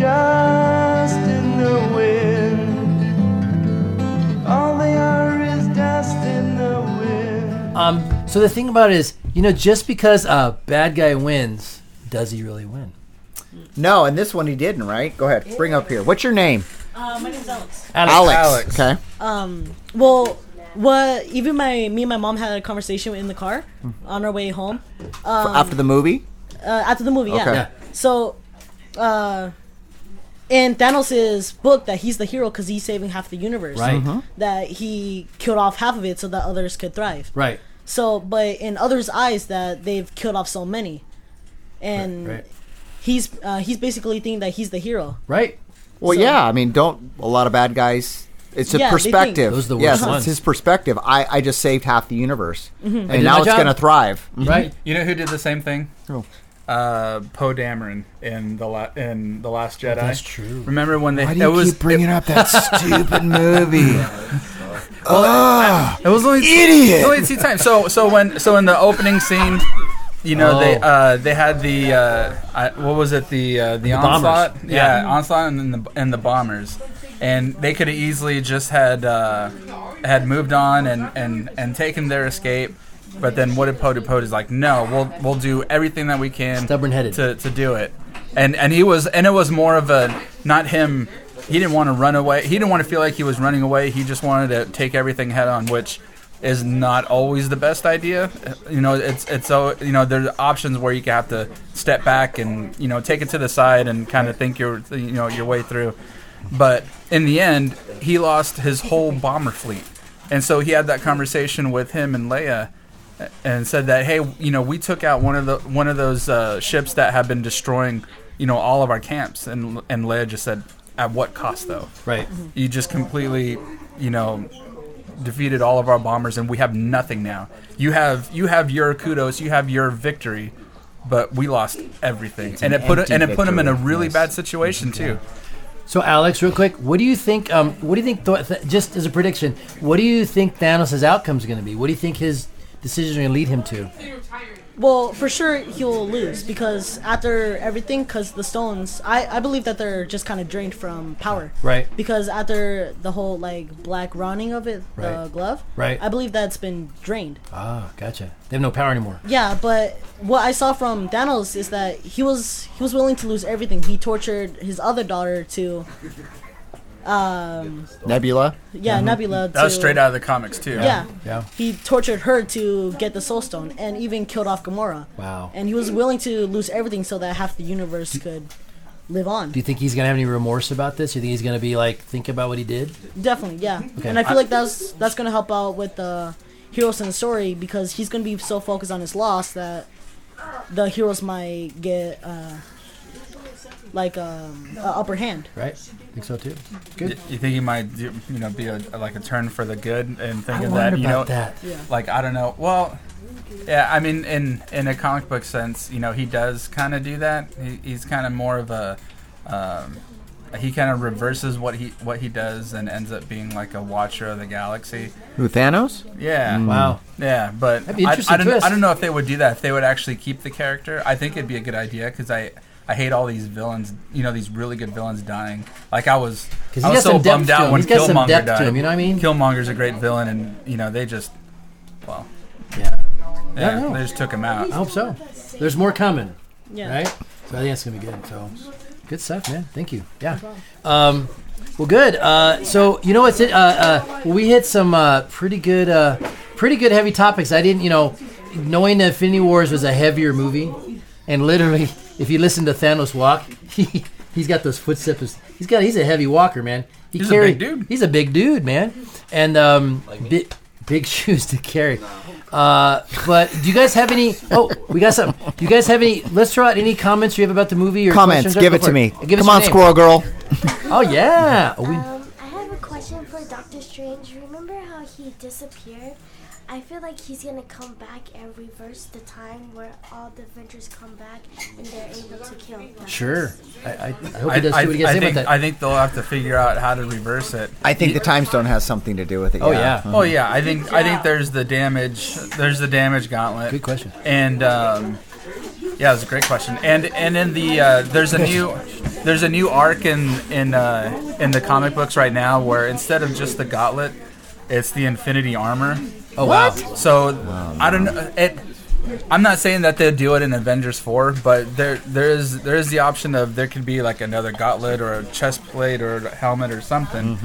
Speaker 10: Dust in the wind. All they are is dust in the wind.
Speaker 4: Um, so the thing about it is, you know, just because a bad guy wins, does he really win?
Speaker 9: No, and this one he didn't. Right? Go ahead. Bring up here. What's your name?
Speaker 17: Uh, my name's Alex.
Speaker 9: Alex. Okay.
Speaker 17: Um, well, what even my me and my mom had a conversation in the car on our way home. Um,
Speaker 9: After the movie.
Speaker 17: uh, after the movie, yeah.
Speaker 9: Okay. Yeah.
Speaker 17: So, uh, in Thanos' book that he's the hero because he's saving half the universe.
Speaker 4: Right. Mhm.
Speaker 17: That he killed off half of it so that others could thrive.
Speaker 4: Right.
Speaker 17: So, but in others' eyes, that they've killed off so many, and
Speaker 9: Right, right.
Speaker 17: he's uh, he's basically thinking that he's the hero.
Speaker 4: Right.
Speaker 9: Well,
Speaker 17: So-
Speaker 9: yeah. I mean, don't a lot of bad guys. It's a
Speaker 17: Yeah, they think-
Speaker 9: perspective.
Speaker 17: Those are the worst
Speaker 9: yes,
Speaker 17: ones.
Speaker 9: it's his perspective. I, I just saved half the universe,
Speaker 17: Mhm. I
Speaker 9: and
Speaker 5: did
Speaker 9: now
Speaker 5: my
Speaker 9: it's
Speaker 5: job.
Speaker 9: going to thrive.
Speaker 4: Mm-hmm.
Speaker 9: Mhm.
Speaker 5: You know who did the same thing? Uh, Poe Dameron in the la- in the Last Jedi.
Speaker 9: Oh, that's
Speaker 5: true. Remember when they?
Speaker 9: Why do
Speaker 5: it
Speaker 9: you
Speaker 5: was,
Speaker 9: keep bringing up that stupid movie? Ah,
Speaker 5: Oh, it was only
Speaker 9: idiot.
Speaker 5: Only two times. So so when so in the opening scene, you know they
Speaker 4: Oh.
Speaker 5: uh, they had the uh, I, what was it the uh,
Speaker 4: The
Speaker 5: the,
Speaker 4: bombers.
Speaker 5: onslaught
Speaker 4: Yeah.
Speaker 5: yeah onslaught and then the and the bombers, and they could have easily just had uh, had moved on and and and taken their escape. But then what did Poe do? Poe is like, no, we'll we'll do everything that we can, stubborn headed, to, to do it, and and he was and it was more of a not him. He didn't want to run away. He didn't want to feel like he was running away. He just wanted to take everything head on, which is not always the best idea. You know, it's it's so you know there's options where you have to step back and you know take it to the side and kind of think your you know your way through. But in the end, he lost his whole bomber fleet, and so he had that conversation with him and Leia, and said that hey, you know, we took out one of the one of those uh, ships that have been destroying you know all of our camps, and and Leia just said, at what cost though?
Speaker 4: Right.
Speaker 5: You just completely, you know, defeated all of our bombers, and we have nothing now. You have you have your kudos, you have your victory, but we lost everything,
Speaker 4: an
Speaker 5: and it put
Speaker 4: empty
Speaker 5: and it put him in a
Speaker 4: victory,
Speaker 5: really bad situation too.
Speaker 4: So, Alex, real quick, what do you think? Um, what do you think? Th- th- just as a prediction, what do you think Thanos' outcome is going to be? What do you think his decisions are going to lead him to?
Speaker 17: Well, for sure he'll lose because after everything, because the stones, I, I believe that they're just kind of drained from power.
Speaker 4: Right.
Speaker 17: Because after the whole like black rounding of it, the
Speaker 4: Right.
Speaker 17: glove,
Speaker 4: Right.
Speaker 17: I believe that's been drained.
Speaker 4: Ah, gotcha. They have no power anymore.
Speaker 17: Yeah, but what I saw from Thanos is that he was he was willing to lose everything. He tortured his other daughter to, um,
Speaker 9: Nebula.
Speaker 17: yeah, Nebula.
Speaker 5: That was
Speaker 17: to-
Speaker 5: straight out of the comics too.
Speaker 17: Yeah. He tortured her to get the Soul Stone, and even killed off Gamora.
Speaker 4: Wow.
Speaker 17: And he was willing to lose everything so that half the universe could live on.
Speaker 4: Do you think he's going to have any remorse about this? Do you think he's going to be like, think about what he did?
Speaker 17: Definitely, yeah.
Speaker 4: Okay.
Speaker 17: And I feel
Speaker 4: I-
Speaker 17: like that's that's gonna help out with the heroes in the story because he's gonna be so focused on his loss that the heroes might get uh, like um, a upper hand.
Speaker 4: Right? think so too.
Speaker 5: You,
Speaker 4: Good.
Speaker 5: you think he might, do, you know, be a, like a turn for the good and think
Speaker 4: I
Speaker 5: of
Speaker 4: wondered
Speaker 5: that, you know,
Speaker 4: about that. Yeah.
Speaker 5: like I don't know. Well, yeah, I mean, in in a comic book sense, you know, he does kind of do that. He, he's kind of more of a, um, he kind of reverses what he what he does and ends up being like a watcher of the galaxy.
Speaker 9: Who Thanos?
Speaker 5: Yeah.
Speaker 9: Mm.
Speaker 5: Yeah, but
Speaker 9: That'd be
Speaker 5: I-
Speaker 9: interesting
Speaker 5: I, don't,
Speaker 9: twist.
Speaker 5: I don't know if they would do that. If they would actually keep the character, I think it'd be a good idea because I. I hate all these villains, you know, these really good villains dying. Like I was,
Speaker 4: 'Cause he
Speaker 5: I was
Speaker 4: got
Speaker 5: so
Speaker 4: some depth
Speaker 5: bummed
Speaker 4: to
Speaker 5: out
Speaker 4: him.
Speaker 5: when
Speaker 4: He's got some
Speaker 5: Killmonger
Speaker 4: depth to
Speaker 5: died.
Speaker 4: him, you know what I mean?
Speaker 5: Killmonger's a great villain, and you know they just, well,
Speaker 4: yeah,
Speaker 5: yeah,
Speaker 4: know.
Speaker 5: they just took him out.
Speaker 4: I hope so. There's more coming.
Speaker 17: Yeah.
Speaker 4: Right? So I think it's going to be good. So good stuff, man. Thank you. Yeah. Um, well, good. Uh, so, you know what's it? Uh, uh, we hit some uh, pretty good, uh, pretty good heavy topics. I didn't, you know, knowing that Infinity Wars was a heavier movie, and literally, if you listen to Thanos walk, he, he's got those footsteps. He's got, he's a heavy walker, man. He
Speaker 5: He's a
Speaker 4: carry-
Speaker 5: big dude.
Speaker 4: He's a big dude, man. And um, bi- big shoes to carry. Uh, but do you guys have any? Oh, we got something. Do you guys have any? Let's throw out any comments you have about the movie or
Speaker 9: Comments.
Speaker 4: questions.
Speaker 9: Give
Speaker 4: Go
Speaker 9: it
Speaker 4: for
Speaker 9: to me.
Speaker 4: Give us
Speaker 9: Come
Speaker 4: your
Speaker 9: on,
Speaker 4: name.
Speaker 9: Squirrel Girl.
Speaker 4: Oh yeah. Oh, we-
Speaker 16: I have a question for Doctor Strange. Remember how he disappeared? I feel like he's gonna come back and reverse the time where all the Avengers come back and they're able to kill. Thanos.
Speaker 4: sure. I, I, I hope
Speaker 5: I,
Speaker 4: he does.
Speaker 5: I-
Speaker 4: see what he has
Speaker 5: I
Speaker 4: to say
Speaker 5: think,
Speaker 4: about that.
Speaker 5: I think they'll have to figure out how to reverse it.
Speaker 9: I think the time stone has something to do with it.
Speaker 5: Oh
Speaker 9: yeah.
Speaker 5: yeah. Oh yeah. I think I think there's the damage. There's the damage gauntlet. Good
Speaker 4: question.
Speaker 5: And um, yeah, it was a great question. And and in the uh, there's a new there's a new arc in in uh, in the comic books right now where instead of just the gauntlet, it's the infinity armor.
Speaker 4: Oh, wow.
Speaker 5: So I don't know it. I'm not saying that they'll do it in Avengers 4, but there there is there is the option of there could be like another gauntlet or a chest plate or a helmet or something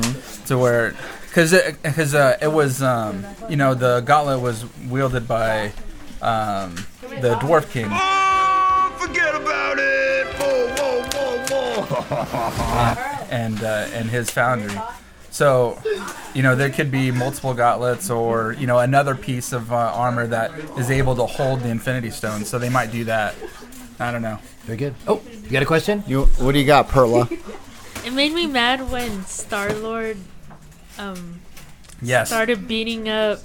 Speaker 5: to where because it, 'cause, uh, it was um, you know the gauntlet was wielded by um, the dwarf king.
Speaker 1: Oh,
Speaker 8: Forget about it. Whoa, whoa, whoa, whoa.
Speaker 5: and uh, and his foundry. So, you know, there could be multiple gauntlets or you know another piece of uh, armor that is able to hold the Infinity Stone. So they might do that. I don't know.
Speaker 4: Very good. Oh, you got a question?
Speaker 9: You what do you got, Perla?
Speaker 12: It made me mad when Star Lord um,
Speaker 5: Yes.
Speaker 12: started beating up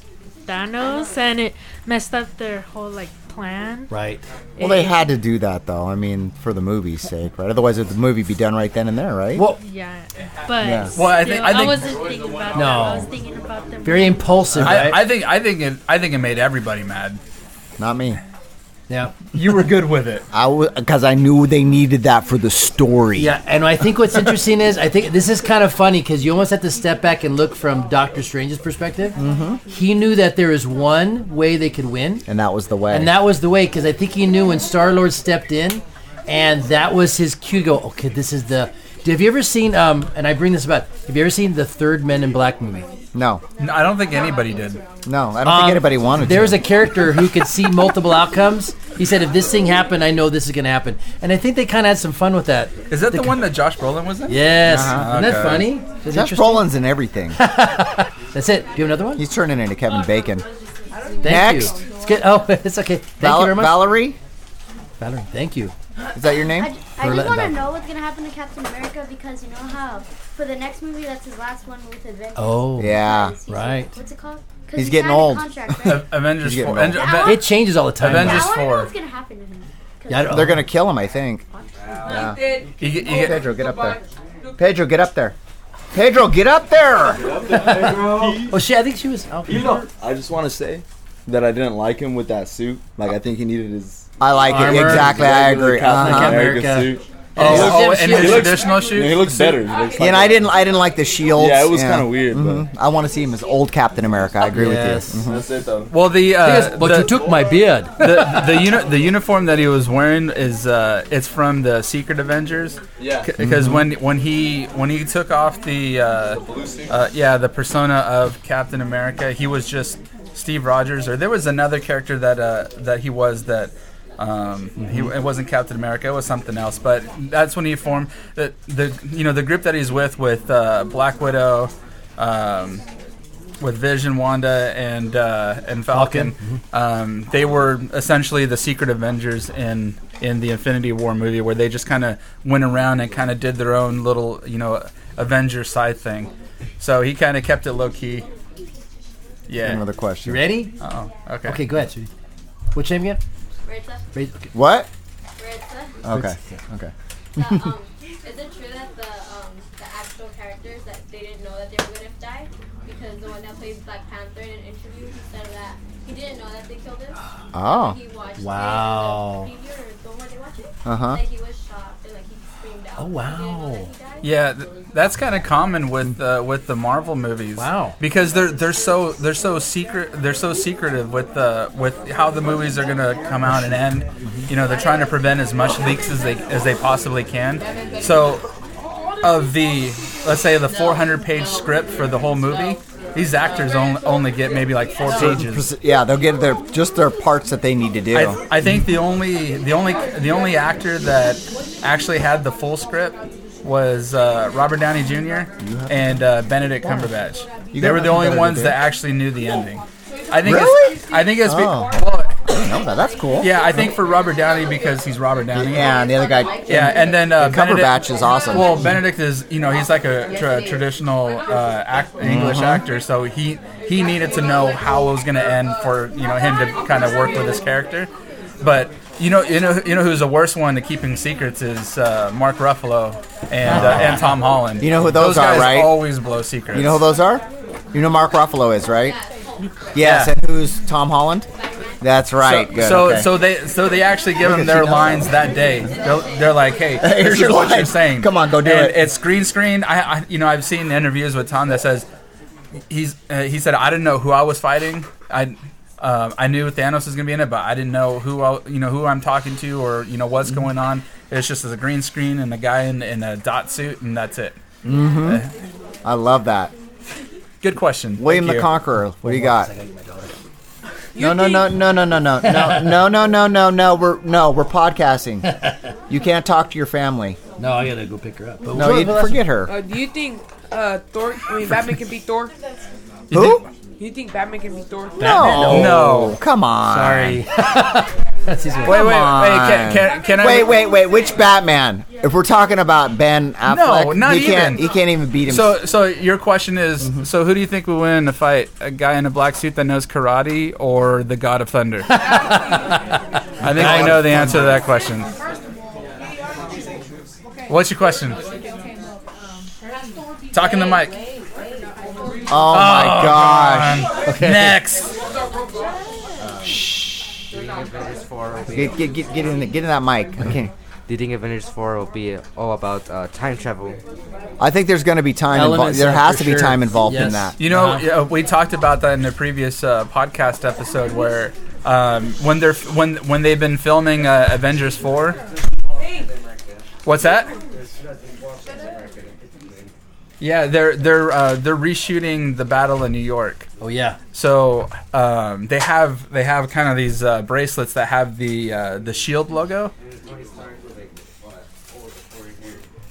Speaker 12: Thanos and it messed up their whole like plan.
Speaker 4: Right.
Speaker 9: Well, they had to do that though. I mean, for the movie's sake, right? Otherwise, would the movie be done right then and there, right?
Speaker 4: Well,
Speaker 12: Yeah, but
Speaker 9: Yeah.
Speaker 12: Still,
Speaker 9: Well,
Speaker 12: I,
Speaker 9: I think- I think-
Speaker 12: wasn't thinking about
Speaker 5: No.
Speaker 12: that. I was thinking about them.
Speaker 4: impulsive.
Speaker 5: I,
Speaker 4: right?
Speaker 5: I think I think it I think it made everybody mad.
Speaker 9: Not me.
Speaker 4: Yeah.
Speaker 5: You were good with it.
Speaker 9: I because I knew they needed that for the story.
Speaker 4: Yeah, and I think what's interesting is I think this is kind of funny because you almost have to step back and look from Doctor Strange's perspective. Mm-hmm. He knew that there is one way they could win,
Speaker 9: and that was the way.
Speaker 4: and that was the way because I think he knew when Star Lord stepped in, and that was his cue to go. Okay, this is the. Have you ever seen? Um, and I bring this about. Have you ever seen the third Men in Black movie?
Speaker 9: No.
Speaker 5: I don't think anybody did.
Speaker 9: No, I don't think
Speaker 4: Um,
Speaker 9: anybody wanted.
Speaker 4: There
Speaker 9: to.
Speaker 4: was a character who could see multiple outcomes. He said, "If this thing happened, I know this is going to happen." And I think they kind of had some fun with that.
Speaker 5: Is that the, one that Josh Brolin was in?
Speaker 4: Yes.
Speaker 9: Uh-huh.
Speaker 4: Isn't that
Speaker 9: Okay.
Speaker 4: funny? Is it
Speaker 9: Josh
Speaker 4: interesting?
Speaker 9: Brolin's in everything.
Speaker 4: That's it. Do you have another one?
Speaker 9: He's turning into Kevin Bacon.
Speaker 4: Thank
Speaker 9: Next.
Speaker 4: you. It's good. Oh, it's okay. Thank you
Speaker 9: Val-
Speaker 4: very much.
Speaker 9: Valerie?
Speaker 4: Valerie, thank you.
Speaker 9: Is that your name?
Speaker 16: I, I do want to know what's gonna happen to Captain America because you know how for the next movie that's his last one with Avengers.
Speaker 4: Oh.
Speaker 9: Yeah.
Speaker 16: He's- he's-
Speaker 4: Right.
Speaker 16: What's it called? 'Cause
Speaker 4: He's
Speaker 16: he
Speaker 4: getting
Speaker 16: signed a
Speaker 4: old.
Speaker 16: Contract, right?
Speaker 5: Avengers
Speaker 9: He's getting
Speaker 5: four.
Speaker 9: old.
Speaker 5: Aven-
Speaker 16: Yeah, I
Speaker 5: Aven-
Speaker 16: wanna-
Speaker 4: It changes all the time.
Speaker 16: Yeah,
Speaker 5: Avengers
Speaker 16: I wanna know
Speaker 5: four.
Speaker 16: what's gonna happen to him.
Speaker 9: They're gonna kill him, I think. Yeah.
Speaker 5: You get- you
Speaker 9: Oh,
Speaker 5: get-
Speaker 9: Pedro, get up there. Pedro, get up there. Pedro, get up there.
Speaker 4: oh shit! I think she was. Oh,
Speaker 18: I just want to say that I didn't like him with that suit. Like I think he needed his.
Speaker 9: I like it. Armor. Exactly, I agree.
Speaker 18: Captain
Speaker 9: Uh-huh.
Speaker 18: America
Speaker 9: America.
Speaker 18: suit.
Speaker 9: Oh,
Speaker 18: He
Speaker 9: oh,
Speaker 18: looks-
Speaker 9: and
Speaker 18: he
Speaker 9: his
Speaker 18: looks-
Speaker 5: traditional suit?
Speaker 18: He looks better. He looks like
Speaker 9: and I didn't, I didn't like the shields.
Speaker 18: Yeah, it was kinda weird, but-
Speaker 9: Mhm. I want to see him as old Captain America. I agree
Speaker 5: Yes.
Speaker 4: Mm-hmm.
Speaker 9: with you. Mhm.
Speaker 18: That's it though.
Speaker 5: Well, the uh,
Speaker 18: Yes, but
Speaker 5: the-
Speaker 18: you took my beard.
Speaker 5: The the, uni- the uniform that he was wearing is uh, it's from the Secret Avengers.
Speaker 18: Yeah.
Speaker 5: Because
Speaker 18: Mhm.
Speaker 5: when when he when he took off the uh, uh, yeah the persona of Captain America, he was just Steve Rogers. Or there was another character that uh, that he was that. Um, he, it wasn't Captain America; it was something else. But that's when he formed the, the you know the group that he's with with uh, Black Widow, um, with Vision, Wanda, and uh, and Falcon. Um, they were essentially the Secret Avengers in in the Infinity War movie, where they just kind of went around and kind of did their own little you know Avenger side thing. So he kind of kept it low key. Yeah.
Speaker 9: Another question.
Speaker 4: You ready?
Speaker 5: Oh, okay.
Speaker 4: Okay, go ahead. Sweetie. What's your name again?
Speaker 19: Ritza.
Speaker 4: Ritza, okay.
Speaker 9: What? Okay.
Speaker 4: Ritza.
Speaker 9: Okay.
Speaker 19: The, um, is it true that the um, the actual characters that they didn't know that they were gonna die because the one that plays Black Panther in an interview he said that he didn't know that they killed him.
Speaker 9: Oh.
Speaker 19: He watched
Speaker 4: Wow.
Speaker 19: It, the preview or the one they watched it.
Speaker 5: Uh-huh.
Speaker 19: That he was shocked and like he screamed out.
Speaker 4: Oh wow.
Speaker 5: Yeah, th- that's kind of common with uh, with the Marvel movies. Wow, because they're they're so they're so secret they're so secretive with uh, with how the movies are gonna come out and end. You know, they're trying to prevent as much leaks as they as they possibly can. So, of the let's say the 400 page script for the whole movie, these actors only, only get maybe like four pages.
Speaker 9: Yeah, they'll get their just their parts that they need to do.
Speaker 5: I, I think the only the only the only actor that actually had the full script was uh, Robert Downey Jr. and uh, Benedict Cumberbatch.
Speaker 18: You
Speaker 5: They
Speaker 18: got
Speaker 5: were the
Speaker 18: nothing
Speaker 5: only
Speaker 18: better to
Speaker 5: ones
Speaker 18: do.
Speaker 5: that actually knew the ending. I think
Speaker 18: Really?
Speaker 5: it's, I think it's be-
Speaker 18: Oh.
Speaker 5: well,
Speaker 9: that's cool.
Speaker 5: Yeah, I think for Robert Downey because he's Robert Downey.
Speaker 9: Yeah, and the other guy.
Speaker 5: Yeah, and then uh,
Speaker 9: Cumberbatch
Speaker 5: Benedict-
Speaker 9: is awesome.
Speaker 5: Well, Benedict is you know he's like a tra- traditional uh, act- English
Speaker 9: Mhm.
Speaker 5: actor, so he he needed to know how it was going to end for you know him to kind of work with his character. But you know you know you know who's the worst one to keeping secrets is uh, Mark Ruffalo and uh, and Tom Holland.
Speaker 9: You know who those,
Speaker 5: guys
Speaker 9: are, right?
Speaker 5: Always blow secrets.
Speaker 9: You know who those are? You know Mark Ruffalo is, right? Yes,
Speaker 5: Yeah.
Speaker 9: and who's Tom Holland? That's right.
Speaker 5: So
Speaker 9: Good,
Speaker 5: so,
Speaker 9: okay.
Speaker 5: so they so they actually give
Speaker 9: Look
Speaker 5: them
Speaker 9: at
Speaker 5: their
Speaker 9: you know.
Speaker 5: lines that day. They're, they're like, "Hey,
Speaker 9: Here's
Speaker 5: this
Speaker 9: your
Speaker 5: is what
Speaker 9: line.
Speaker 5: you're saying.
Speaker 9: Come on, go do
Speaker 5: and
Speaker 9: it.
Speaker 5: It's green screen. I, I you know I've seen interviews with Tom that says he's uh, he said I didn't know who I was fighting. I um, I knew Thanos was gonna be in it, but I didn't know who I, you know who I'm talking to or you know what's going on. It's just a green screen and a guy in, in a dot suit and that's it.
Speaker 9: Mm-hmm. I love that.
Speaker 5: Good question.
Speaker 9: William
Speaker 5: Thank
Speaker 9: the
Speaker 5: you.
Speaker 9: Conqueror. What do you got? No, no, no, no, no, no, no, no, no, no, no, no, no. We're no, we're podcasting. You can't talk to your family.
Speaker 4: No, I gotta go pick her up. But
Speaker 9: No, you forget her.
Speaker 7: Uh, do you think uh, Thor? I mean, Batman can beat Thor.
Speaker 9: Who?
Speaker 7: Do you think Batman can beat Thor?
Speaker 9: No, no. Come on.
Speaker 4: Sorry.
Speaker 9: That's
Speaker 4: easy.
Speaker 9: Come
Speaker 5: Wait, wait, wait, can- can- can I-
Speaker 9: wait, wait, wait. Which Batman? If we're talking about Ben Affleck,
Speaker 5: not
Speaker 9: he can't.
Speaker 5: even.
Speaker 9: He can't even beat him.
Speaker 5: So, so your question is:
Speaker 9: Mm-hmm.
Speaker 5: so who do you think will win in a fight? A guy in a black suit that knows karate, or the God of Thunder? I think I know the answer to that question. What's your question? Talking the mic.
Speaker 9: oh, my gosh.
Speaker 5: God. Next.
Speaker 20: Avengers 4 will be.
Speaker 9: Get, get, get, get in the, get in that mic. Okay.
Speaker 20: Do you think Avengers 4 will be all about uh, time travel?
Speaker 9: I think there's going to be time. Invo-
Speaker 20: Elements,
Speaker 9: there
Speaker 20: yeah,
Speaker 9: has
Speaker 20: for
Speaker 9: to be
Speaker 20: sure.
Speaker 9: time involved in
Speaker 20: Yes.
Speaker 9: that.
Speaker 5: You know, yeah, we talked about that in the previous uh, podcast episode where um, when they're when when they've been filming uh, Avengers four. What's that? Yeah, they're they're uh, they're reshooting the battle in New York.
Speaker 4: Oh yeah.
Speaker 5: So um, they have they have kind of these uh, bracelets that have the uh, the shield logo.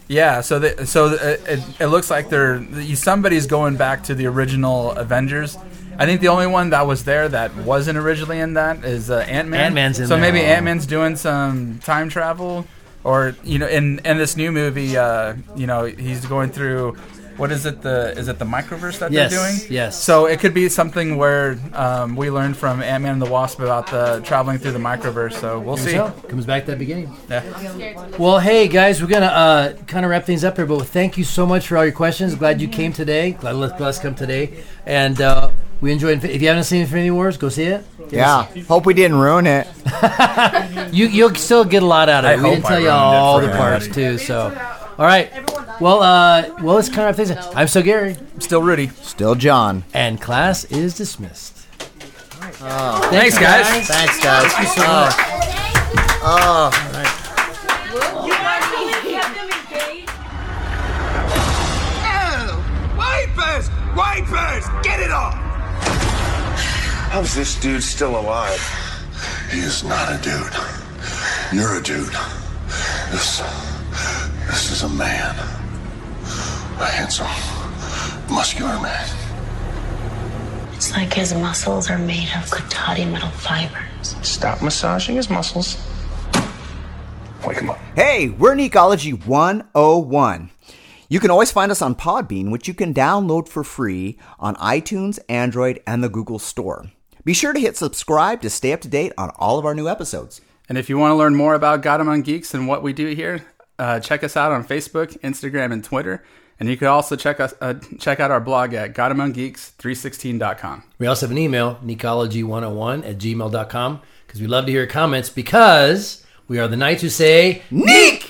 Speaker 5: Yeah, so they, so it, it, it looks like they're somebody's going back to the original Avengers. I think the only one that was there that wasn't originally in that is uh, Ant Man.
Speaker 4: Ant-Man's in
Speaker 5: so
Speaker 4: there.
Speaker 5: maybe Ant Man's doing some time travel, or you know, in in this new movie, uh, you know, he's going through. What is it? The is it the microverse that
Speaker 4: Yes,
Speaker 5: they're doing?
Speaker 4: yes.
Speaker 5: So it could be something where um, we learned from Ant Man and the Wasp about the traveling through the microverse. So we'll
Speaker 4: Think
Speaker 5: see.
Speaker 4: so? Comes back to that beginning.
Speaker 5: Yeah.
Speaker 4: Well, hey guys, we're gonna uh, kind of wrap things up here, but thank you so much for all your questions. Glad you came today. Glad let us come today, and uh, we enjoyed. Infi- If you haven't seen Infinity Wars, go see it.
Speaker 9: Yeah. Hope we didn't ruin it.
Speaker 4: you you'll still get a lot out of
Speaker 9: I
Speaker 4: it. We
Speaker 9: hope
Speaker 4: didn't
Speaker 9: I
Speaker 4: tell you
Speaker 9: ruined it
Speaker 4: all
Speaker 9: for
Speaker 4: the parts
Speaker 9: everybody.
Speaker 4: too. So, all right. Well, uh, well, it's kind of things. I'm still Gary.
Speaker 5: Still Rudy.
Speaker 9: Still John.
Speaker 4: And class is dismissed.
Speaker 9: Oh.
Speaker 4: Thanks, guys. Uh,
Speaker 9: Thanks, guys.
Speaker 4: Thank you so
Speaker 9: Uh,
Speaker 4: much.
Speaker 9: Oh.
Speaker 3: You actually kept them engaged?
Speaker 8: Wipers! Wipers! Get it off!
Speaker 1: How's this dude still alive? He is not a dude. You're a dude. This, this is a man. A handsome, muscular man.
Speaker 13: It's like his muscles are made of katati metal fibers.
Speaker 11: Stop massaging his muscles.
Speaker 9: Hey, we're Necology 101. You can always find us on Podbean, which you can download for free on iTunes, Android, and the Google Store. Be sure to hit subscribe to stay up to date on all of our new episodes.
Speaker 5: And if you want to learn more about God Among Geeks and what we do here, uh, check us out on Facebook, Instagram, and Twitter. And you can also check us uh, check out our blog at GodAmongGeeks316.com.
Speaker 4: We also have an email, necology101 at gmail.com, because we love to hear your comments because we are the knights who say, Neek!